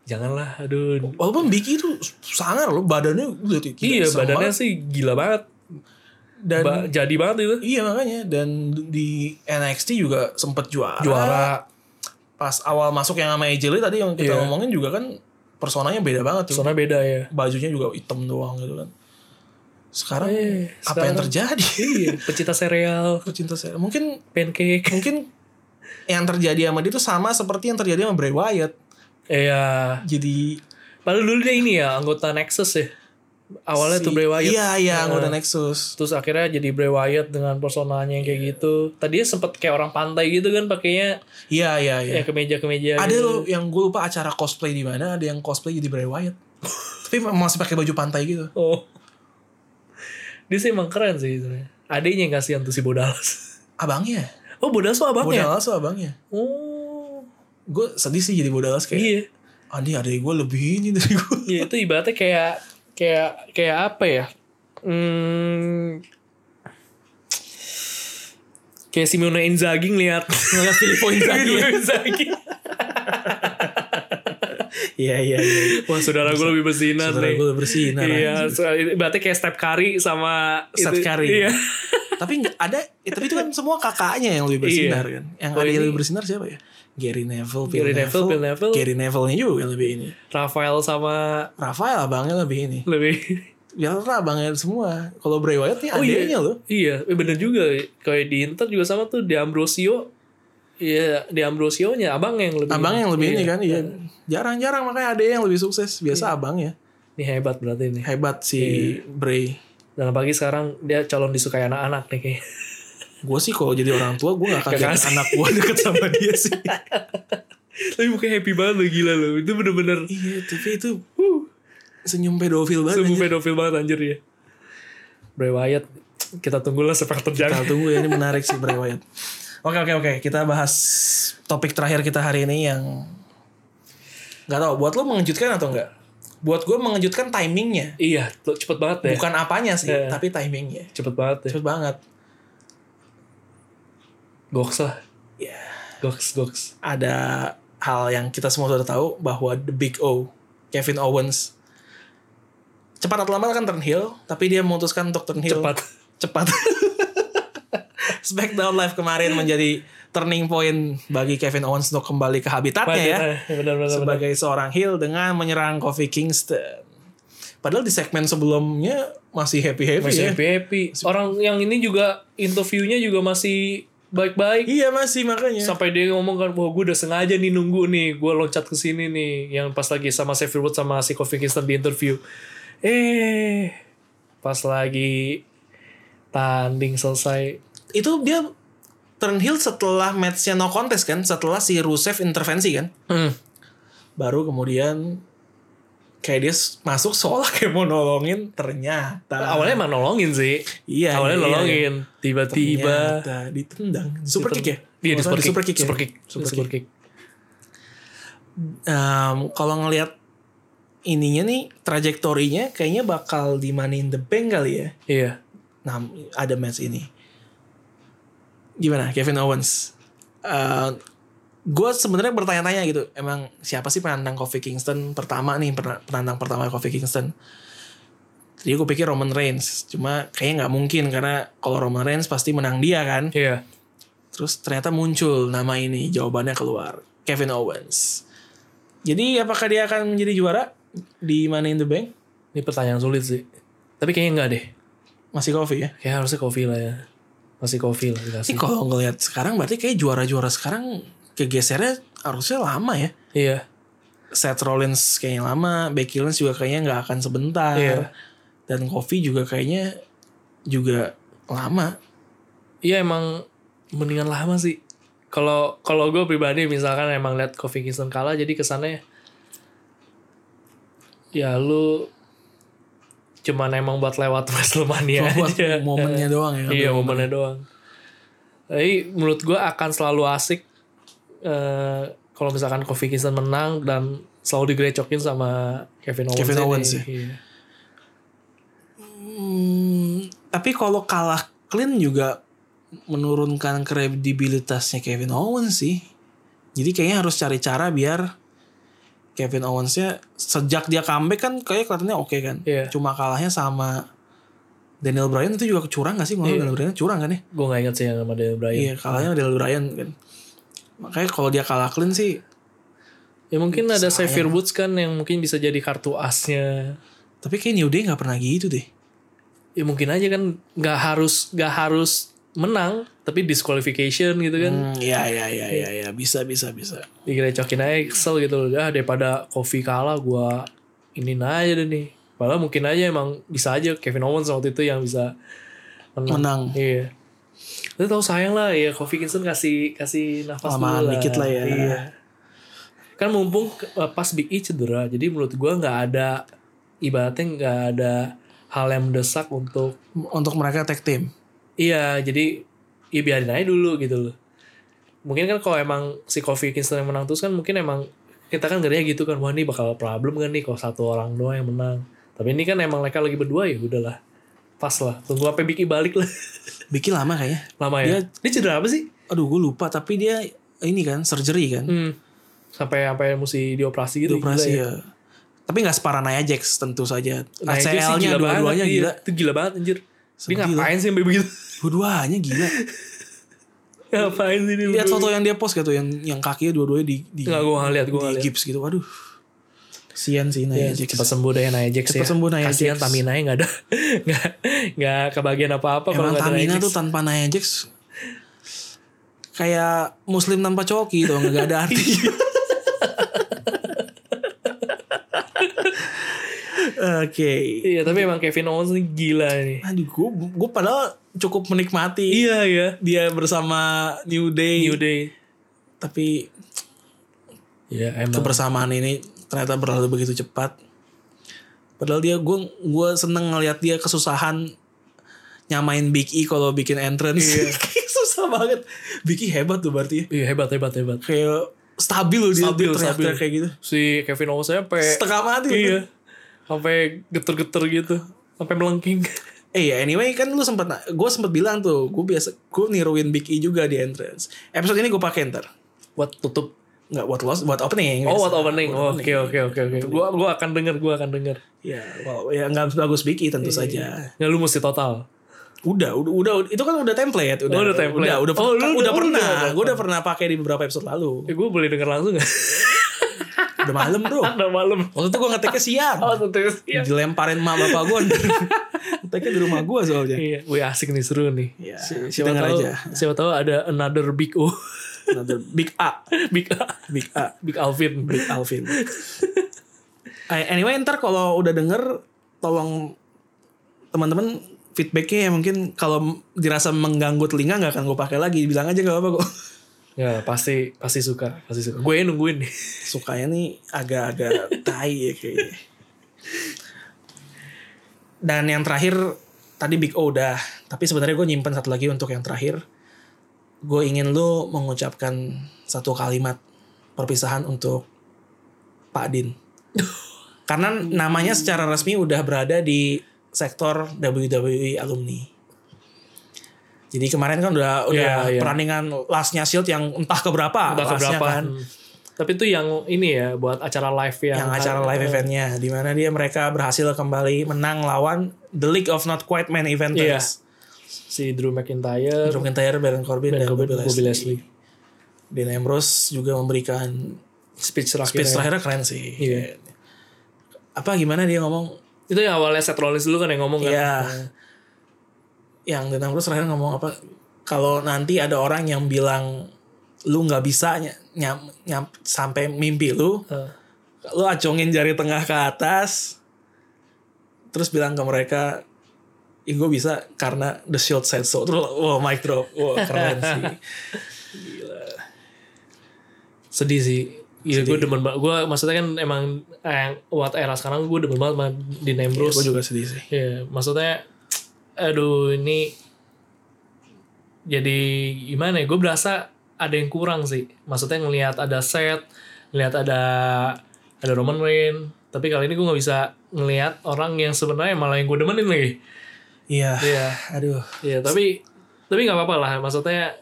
Janganlah, aduh.
Walaupun Biki itu sangar loh badannya udah tuh, gila,
iya,
serem
badannya
banget.
sih gila banget.
dan
Ba- jadi banget itu.
iya makanya dan di NXT juga sempet juara.
Juara.
Pas awal masuk yang sama AJ Lee tadi yang kita
Iya.
ngomongin juga kan personanya beda banget tuh.
Soalnya beda ya.
Bajunya juga hitam doang gitu kan. Sekarang
Eh,
apa yang terjadi?
Iya, pecinta sereal,
Pecinta saya mungkin
pancake.
mungkin yang terjadi sama dia itu sama seperti yang terjadi sama Bray Wyatt.
Iya.
Jadi
Padahal dulu dia ini ya anggota Nexus ya. Awalnya
si-
tuh Bray Wyatt.
Iya, iya, anggota Nexus.
Terus akhirnya jadi Bray Wyatt dengan personanya yang kayak gitu. Tadinya sempet kayak orang pantai gitu kan pakainya
Iya, iya, iya.
ya kemeja-kemeja
ada
gitu.
loh yang gue lupa acara cosplay di mana ada yang cosplay jadi Bray Wyatt. Tapi masih pakai baju pantai gitu.
Oh. Dia sih emang keren sih sebenarnya. Adanya yang kasihan tuh si Bodalas.
Abangnya.
Oh, Bodalas tuh abangnya.
Bodalas tuh abangnya.
Oh.
Gue sedih sih jadi Bodalas kayak. "Ah,
Iya.
Andi ada gue lebih ini dari gue.
Iya itu ibaratnya kayak kayak kayak apa ya? Hmm, kayak Simone Inzaghi ngeliat ngeliat Filippo Inzaghi.
Iya, iya, iya.
Wah saudara gue lebih bersinar
Saudara
nih.
gue bersihin.
Iya, so- ibaratnya kayak step kari sama
Steph
itu.
Curry.
Iya.
tapi nggak ada eh, tapi itu kan semua kakaknya yang lebih bersinar
Iya.
kan yang
Oh,
ada yang
ini-
lebih bersinar siapa ya Gary Neville Bill
Gary Neville, Bill Neville.
Gary Neville nya juga yang lebih ini
Rafael sama
Rafael abangnya lebih ini
lebih.
Biarlah abangnya semua kalau Bray Wyatt nih adiknya loh
Oh, Iya, eh, bener juga. Kayak di Inter juga sama tuh di Ambrosio. Iya, di Ambrosio-nya abang yang lebih.
abangnya yang lebih
Iya.
ini kan iya jarang-jarang makanya adiknya yang lebih sukses biasa abangnya
Ini hebat berarti nih.
hebat si
Iya.
Bray
Dan apalagi sekarang dia calon disukai anak-anak nih kayaknya.
gue sih kalau jadi orang tua gue gak
Nggak
kaget
kasih.
anak gue deket sama dia sih
Tapi mukanya happy banget loh, gila loh. Itu bener-bener
iya tapi itu senyum pedofil banget
Sungguh
anjir.
pedofil banget anjir ya. Bray Wyatt, kita tunggulah sepak terjang.
Kita tunggu ya ini menarik sih Bray Wyatt. Oke oke oke kita bahas topik terakhir kita hari ini yang nggak tahu buat lo mengejutkan atau enggak? Buat gue mengejutkan timingnya
Iya, lo cepet banget deh.
bukan apanya sih
Iya.
tapi timingnya
Cepet banget ya. deh.
cepet banget.
Goks lah.
Ya
Goks, goks.
ada hal yang kita semua sudah tahu bahwa The Big O Kevin Owens cepat atau lambat akan turn heel tapi dia memutuskan untuk turn heel
Cepat.
cepat. Smackdown Live kemarin menjadi turning point bagi Kevin Owens untuk kembali ke habitatnya ya
Benar-benar.
sebagai seorang heel dengan menyerang Kofi Kingston. Padahal di segmen sebelumnya masih happy happy
Masih
ya.
happy happy. Orang yang ini juga interviewnya juga masih baik-baik.
Iya masih makanya.
Sampai dia ngomong kan, wah gue udah sengaja nih nunggu nih, gue loncat ke sini nih, yang pas lagi sama Xavier Woods sama si Kofi Kingston di interview. Eh, pas lagi tanding selesai,
itu dia turn heel setelah matchnya no contest kan, setelah si Rusev intervensi kan,
hmm.
baru kemudian kayak dia s- masuk seolah kayak mau nolongin ternyata
awalnya emang nolongin sih,
Iya, iya,
awalnya
iya.
nolongin, tiba-tiba
Ternyata ditendang super kick ya
Iya di
Maksudnya
super kick, super kick,
ya?
super kick,
Super kick.
kick.
Em, kalau ngelihat ininya nih trajektorinya kayaknya bakal di Money in the Bank kali ya
Iya,
nah ada match ini gimana Kevin Owens gue sebenarnya bertanya-tanya gitu emang siapa sih penantang Kofi Kingston pertama nih pern- penantang pertama Kofi Kingston jadi gue pikir Roman Reigns cuma kayaknya nggak mungkin karena kalau Roman Reigns pasti menang dia kan
iya.
Terus ternyata muncul nama ini, jawabannya keluar. Kevin Owens. Jadi apakah dia akan menjadi juara di Money in the Bank?
Ini pertanyaan sulit sih, tapi kayaknya enggak deh.
Masih Kofi ya?
Kayak harusnya Kofi lah ya, masih Kofi lah
Sih
dikasih.
kalau ngelihat sekarang berarti kayak juara-juara sekarang kegesernya harusnya lama ya.
Iya,
Seth Rollins kayaknya lama, Becky Lynch juga kayaknya nggak akan sebentar.
Iya.
Dan Kofi juga kayaknya juga lama.
Iya emang mendingan lama sih. Kalau kalau gue pribadi misalkan emang lihat Kofi Kingston kalah jadi kesannya ya lu cuman emang buat lewat Wrestlemania
Buat
aja.
momennya doang ya.
iya momennya doang. Tapi menurut gue akan selalu asik eh, kalau misalkan Kofi Kingston menang dan selalu digrecokin sama Kevin Owens.
Kevin
ini.
Owens ya.
Iya.
Hmm, tapi kalau kalah clean juga menurunkan kredibilitasnya Kevin Owens sih. Jadi kayaknya harus cari cara biar Kevin Owensnya sejak dia comeback kan kayak kelihatannya oke kan.
Iya.
Cuma kalahnya sama Daniel Bryan itu juga curang gak sih? Ngomong
Iya.
Daniel Bryan curang kan ya?
Gue gak ingat sih yang sama Daniel Bryan.
Iya, kalahnya sama Daniel Bryan kan. Makanya kalau dia kalah clean sih
Ya mungkin ada Xavier Woods kan yang mungkin bisa jadi kartu asnya.
tapi kayak New Day nggak pernah gitu deh.
ya mungkin aja kan nggak harus nggak harus menang tapi disqualification gitu kan
Hmm, iya iya iya iya iya bisa bisa bisa.
digerecokin aja kesel gitu loh ah daripada Kofi kalah gua ini aja deh nih malah mungkin aja emang bisa aja Kevin Owens waktu itu yang bisa menang,
Menang.
iya tapi tau sayang lah ya Kofi Kingston kasih kasih nafas
Lamaan
dulu
dikit lah ya.
Iya. kan mumpung eh, pas Big E cedera jadi menurut gua nggak ada ibaratnya nggak ada hal yang mendesak untuk
Untuk mereka tag team.
Iya, jadi ya biarin aja dulu gitu loh. Mungkin kan kalau emang si Kofi Kingston yang menang terus kan mungkin emang kita kan ngerinya gitu kan, wah ini bakal problem kan nih kalau satu orang doang yang menang. Tapi ini kan emang mereka lagi berdua ya udahlah. Pas lah, tunggu apa Biki balik lah.
Bikin lama kayaknya.
Lama ya.
Dia-
Dia cedera apa sih?
aduh gue lupa tapi dia ini kan surgery kan
Hmm. Sampai sampai mesti dioperasi
Dia
gitu.
operasi
gila
ya. tapi nggak separah Nia Jax tentu saja
Nah, itu sih
ACL-nya
gila
dua-duanya
banget,
gila
iya. Itu gila banget anjir.
Sedih
dia ngapain sih sampai begitu?
dua-duanya gila
ngapain sih dia?
lihat foto yang dia post gitu yang yang kakinya dua-duanya di di,
Enggak gua nggak lihat, gua
di
nggak lihat.
gips gitu aduh sian sih Nia
Ya,
Jax
cepat sembuh deh Nia Jax
Cepat
ya.
Iya, sembuh Nia
Kasihan
Jax.
Tamina nya nggak ada nggak nggak kebagian apa-apa kalau
emang
nggak ada Nia
Tamina
Jax.
tuh tanpa Nia Jax kayak muslim tanpa coki tuh nggak ada artinya Oke.
Iya tapi emang Kevin Owens ini gila nih.
Aduh, gue gue padahal cukup menikmati
Iya ya.
dia bersama New Day,
New Day.
tapi
Iya emang.
kebersamaan ini ternyata berlalu begitu cepat. Padahal dia gue gue seneng ngelihat dia kesusahan nyamain Big E kalau bikin entrance. Susah banget. Big E hebat tuh berarti. ya.
Iya hebat hebat hebat.
Kayak stabil loh dia,
Stabil,
dia teriak-teriak
stabil.
kayak gitu.
Si Kevin Owens aja sampai
Setengah mati.
iya sampai geter-geter gitu sampai melengking.
Eh ya anyway kan lu sempet gue sempet bilang tuh gue biasa gue niruin Big E juga di entrance. Episode ini gue pakai ntar.
Buat tutup.
Nggak buat loss, buat opening. gitu.
Oh
biasa.
buat opening.
Buat
Oke oke oke oke. Gua gua akan denger gua akan denger.
Ya, well, ya nggak sebagus Big E tentu saja.
Ya lu mesti total.
Udah, udah, udah, itu kan udah template, udah,
Oh, udah template.
udah, udah, kan
Oh, lu udah-
udah
lu
pernah,
udah-
gue udah pernah pakai di beberapa episode lalu.
Eh gua boleh denger langsung gak?
Udah malam bro.
Udah malam.
Waktu itu gue ngeteknya siang,
Oh tentu ya.
dilemparin sama bapak gue. ngeteknya di rumah gue soalnya.
Iya, wih asik nih seru nih.
Ya. Iya,
Si-
kita denger
tahu,
aja.
Siapa tahu ada another big O,
Another Big A,
big A,
Big A,
big Alvin.
Big Alvin. Eh, anyway ntar kalau udah denger, tolong teman-teman feedbacknya ya mungkin kalau dirasa mengganggu telinga nggak akan gue pakai lagi bilang aja gak apa-apa kok
Ya pasti pasti suka, pasti suka. Gue yang nungguin nih.
sukanya nih agak-agak tai ya kayaknya. Dan yang terakhir tadi Big O udah, tapi sebenarnya gue nyimpen satu lagi untuk yang terakhir. Gue ingin lu mengucapkan satu kalimat perpisahan untuk Pak Din. Karena namanya secara resmi udah berada di sektor WWE alumni. Jadi kemarin kan udah udah
Iya, iya.
perandingan lastnya Shield yang entah keberapa,
Entah
lastnya
keberapa.
kan
Hmm. Tapi itu yang ini ya buat acara live yang
yang acara live eventnya di mana dia mereka berhasil kembali menang lawan The League of Not Quite Men
Iya.
Eventers.
Si Drew McIntyre,
Drew McIntyre, Baron Corbin,
Ben
dan
Iya. Corbin,
Bobby
Bobby
Lashley.
Leslie.
Dan Ambrose juga memberikan
Speech terakhir.
speech terakhirnya keren sih.
Iya.
Apa gimana dia ngomong?
Itu yang awalnya Seth Rollins dulu kan yang ngomong kan.
Iya. Yang Dan Ambrose terakhir ngomong apa? Kalau nanti ada orang yang bilang lu nggak bisa ny- nyam- nyam- sampai mimpi lu,
Eh,
lu acungin jari tengah ke atas terus bilang ke mereka ya gue bisa karena the shield said so terus wow mic drop wow keren sih
sedih sih. Iya gue demen banget. Gue maksudnya kan emang eh, buat era sekarang gue demen banget sama Dean Ambrose.
gue Iya, juga sedih sih
Iya, maksudnya aduh ini jadi gimana ya? Gue berasa ada yang kurang sih. Maksudnya ngelihat ada set, ngelihat ada ada Roman Reign, tapi kali ini gue nggak bisa ngelihat orang yang sebenarnya malah yang gue demenin lagi.
iya
Iya.
aduh
Iya, tapi tapi nggak apa-apa lah. Maksudnya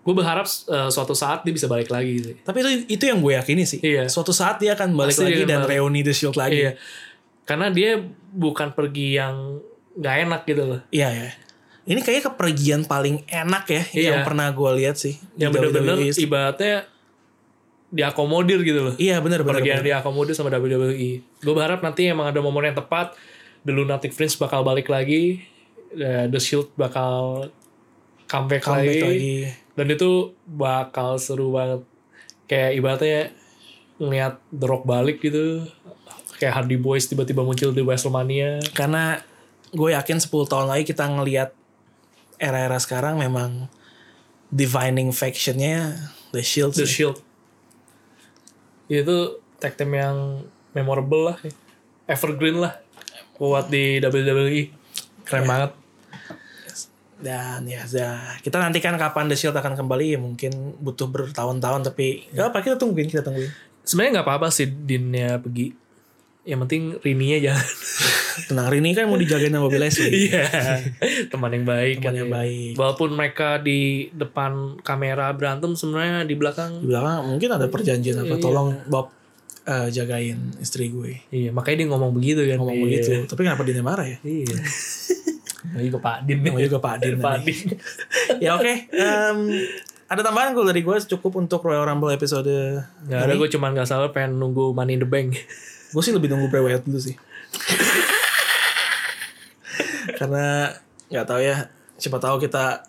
gue berharap eh, suatu saat dia bisa balik lagi sih.
tapi itu itu yang gue yakini sih
Iya.
suatu saat dia akan balik
Pasti dia
lagi
akan
dan
balik.
reuni the shield lagi
Iya. Karena dia bukan pergi yang nggak enak gitu loh.
iya ya ini kayaknya kepergian paling enak ya
Iya.
yang pernah gue lihat sih di E
yang bener-bener
WWE.
ibaratnya diakomodir gitu loh.
iya bener bener,
Pergian
bener.
diakomodir sama WWE. Gue berharap nanti emang ada momen yang tepat. The Lunatic Fringe bakal balik lagi. eh, The Shield bakal comeback,
comeback
lagi.
lagi
Dan itu bakal seru banget. Kayak ibaratnya ngeliat The Rock balik gitu. Kayak Hardy Boys tiba-tiba muncul di Wrestlemania.
karena gue yakin 10 tahun lagi kita ngelihat era-era sekarang memang divining factionnya the shield
The
sih.
Shield. Itu tag team yang memorable lah. Evergreen lah. Buat di WWE.
Iya.
Keren banget.
dan ya ya, kita nantikan kapan the shield akan kembali ya mungkin butuh bertahun-tahun tapi nggak apa kita tungguin kita tungguin
Sebenarnya nggak apa-apa sih Dinnya pergi. Yang penting Rini aja.
tenang Rini kan mau dijagain sama Bobby Leslie
Iya. Teman yang baik.
Teman
kan,
yang
ya.
baik.
Walaupun mereka di depan kamera berantem sebenarnya di belakang.
di belakang mungkin ada perjanjian apa tolong Bob eh, jagain istri gue
Iya, makanya dia ngomong begitu kan.
ngomong
Iya.
begitu tapi kenapa dia marah ya
Iya. Namanya juga Pak Din.
Namanya juga Pak Din
Pak
tadi.
Din.
ya oke em, ada tambahan gue dari gue cukup untuk Royal Rumble episode
Gak ada, gue cuman gak salah pengen nunggu Money in the Bank.
Gue sih lebih nunggu Bray Wyatt dulu sih. Karena nggak tahu ya, siapa tahu kita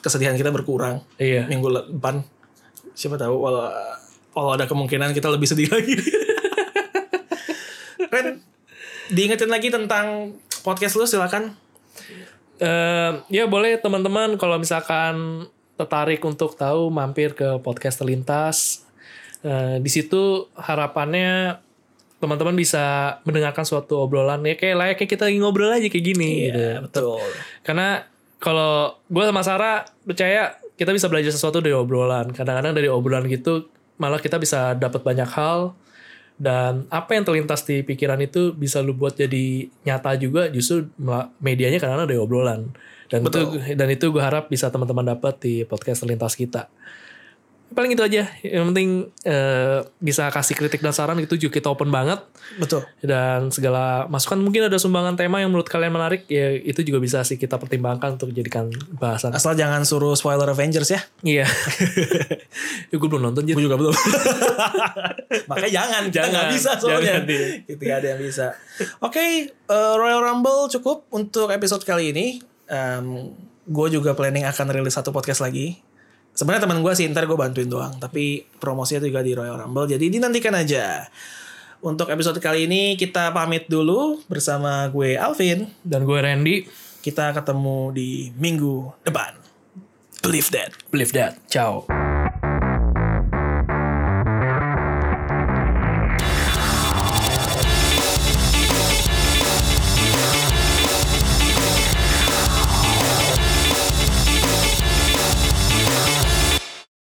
kesedihan kita berkurang
Iya.
minggu le- depan. Siapa tahu walau kalau ada kemungkinan kita lebih sedih lagi. Ren, diingetin lagi tentang podcast lu silakan.
Eh, ya boleh teman-teman kalau misalkan tertarik untuk tahu mampir ke podcast terlintas Eh, di situ harapannya teman-teman bisa mendengarkan suatu obrolan ya kayak layaknya kita lagi ngobrol aja kayak
Iya.
gini gitu.
betul.
Karena kalau gue sama Sarah percaya kita bisa belajar sesuatu dari obrolan. Kadang-kadang dari obrolan gitu malah kita bisa dapat banyak hal dan apa yang terlintas di pikiran itu bisa lu buat jadi nyata juga justru mela- medianya kadang-kadang dari obrolan. Dan itu dan itu gue harap bisa teman-teman dapat di podcast terlintas kita. Paling itu aja. Yang penting eh, bisa kasih kritik dan saran itu juga kita open banget
Betul.
dan segala masukan mungkin ada sumbangan tema yang menurut kalian menarik ya itu juga bisa sih kita pertimbangkan untuk jadikan bahasan
Asal jangan suruh spoiler Avengers ya.
iya ya, gue belum nonton jadi
juga belum.
Makanya jangan, kita nggak
Jangan,
bisa soalnya.
jangan, Din.
Kita nggak ada yang bisa. Oke, eh, Royal Rumble cukup untuk episode kali ini. gue juga planning akan rilis satu podcast lagi. Sebenarnya teman gue sih ntar gue bantuin doang, tapi promosinya juga di Royal Rumble. Jadi dinantikan aja. Untuk episode kali ini kita pamit dulu bersama gue Alvin.
dan gue Randy
Kita ketemu di minggu depan. Believe that.
believe that ciao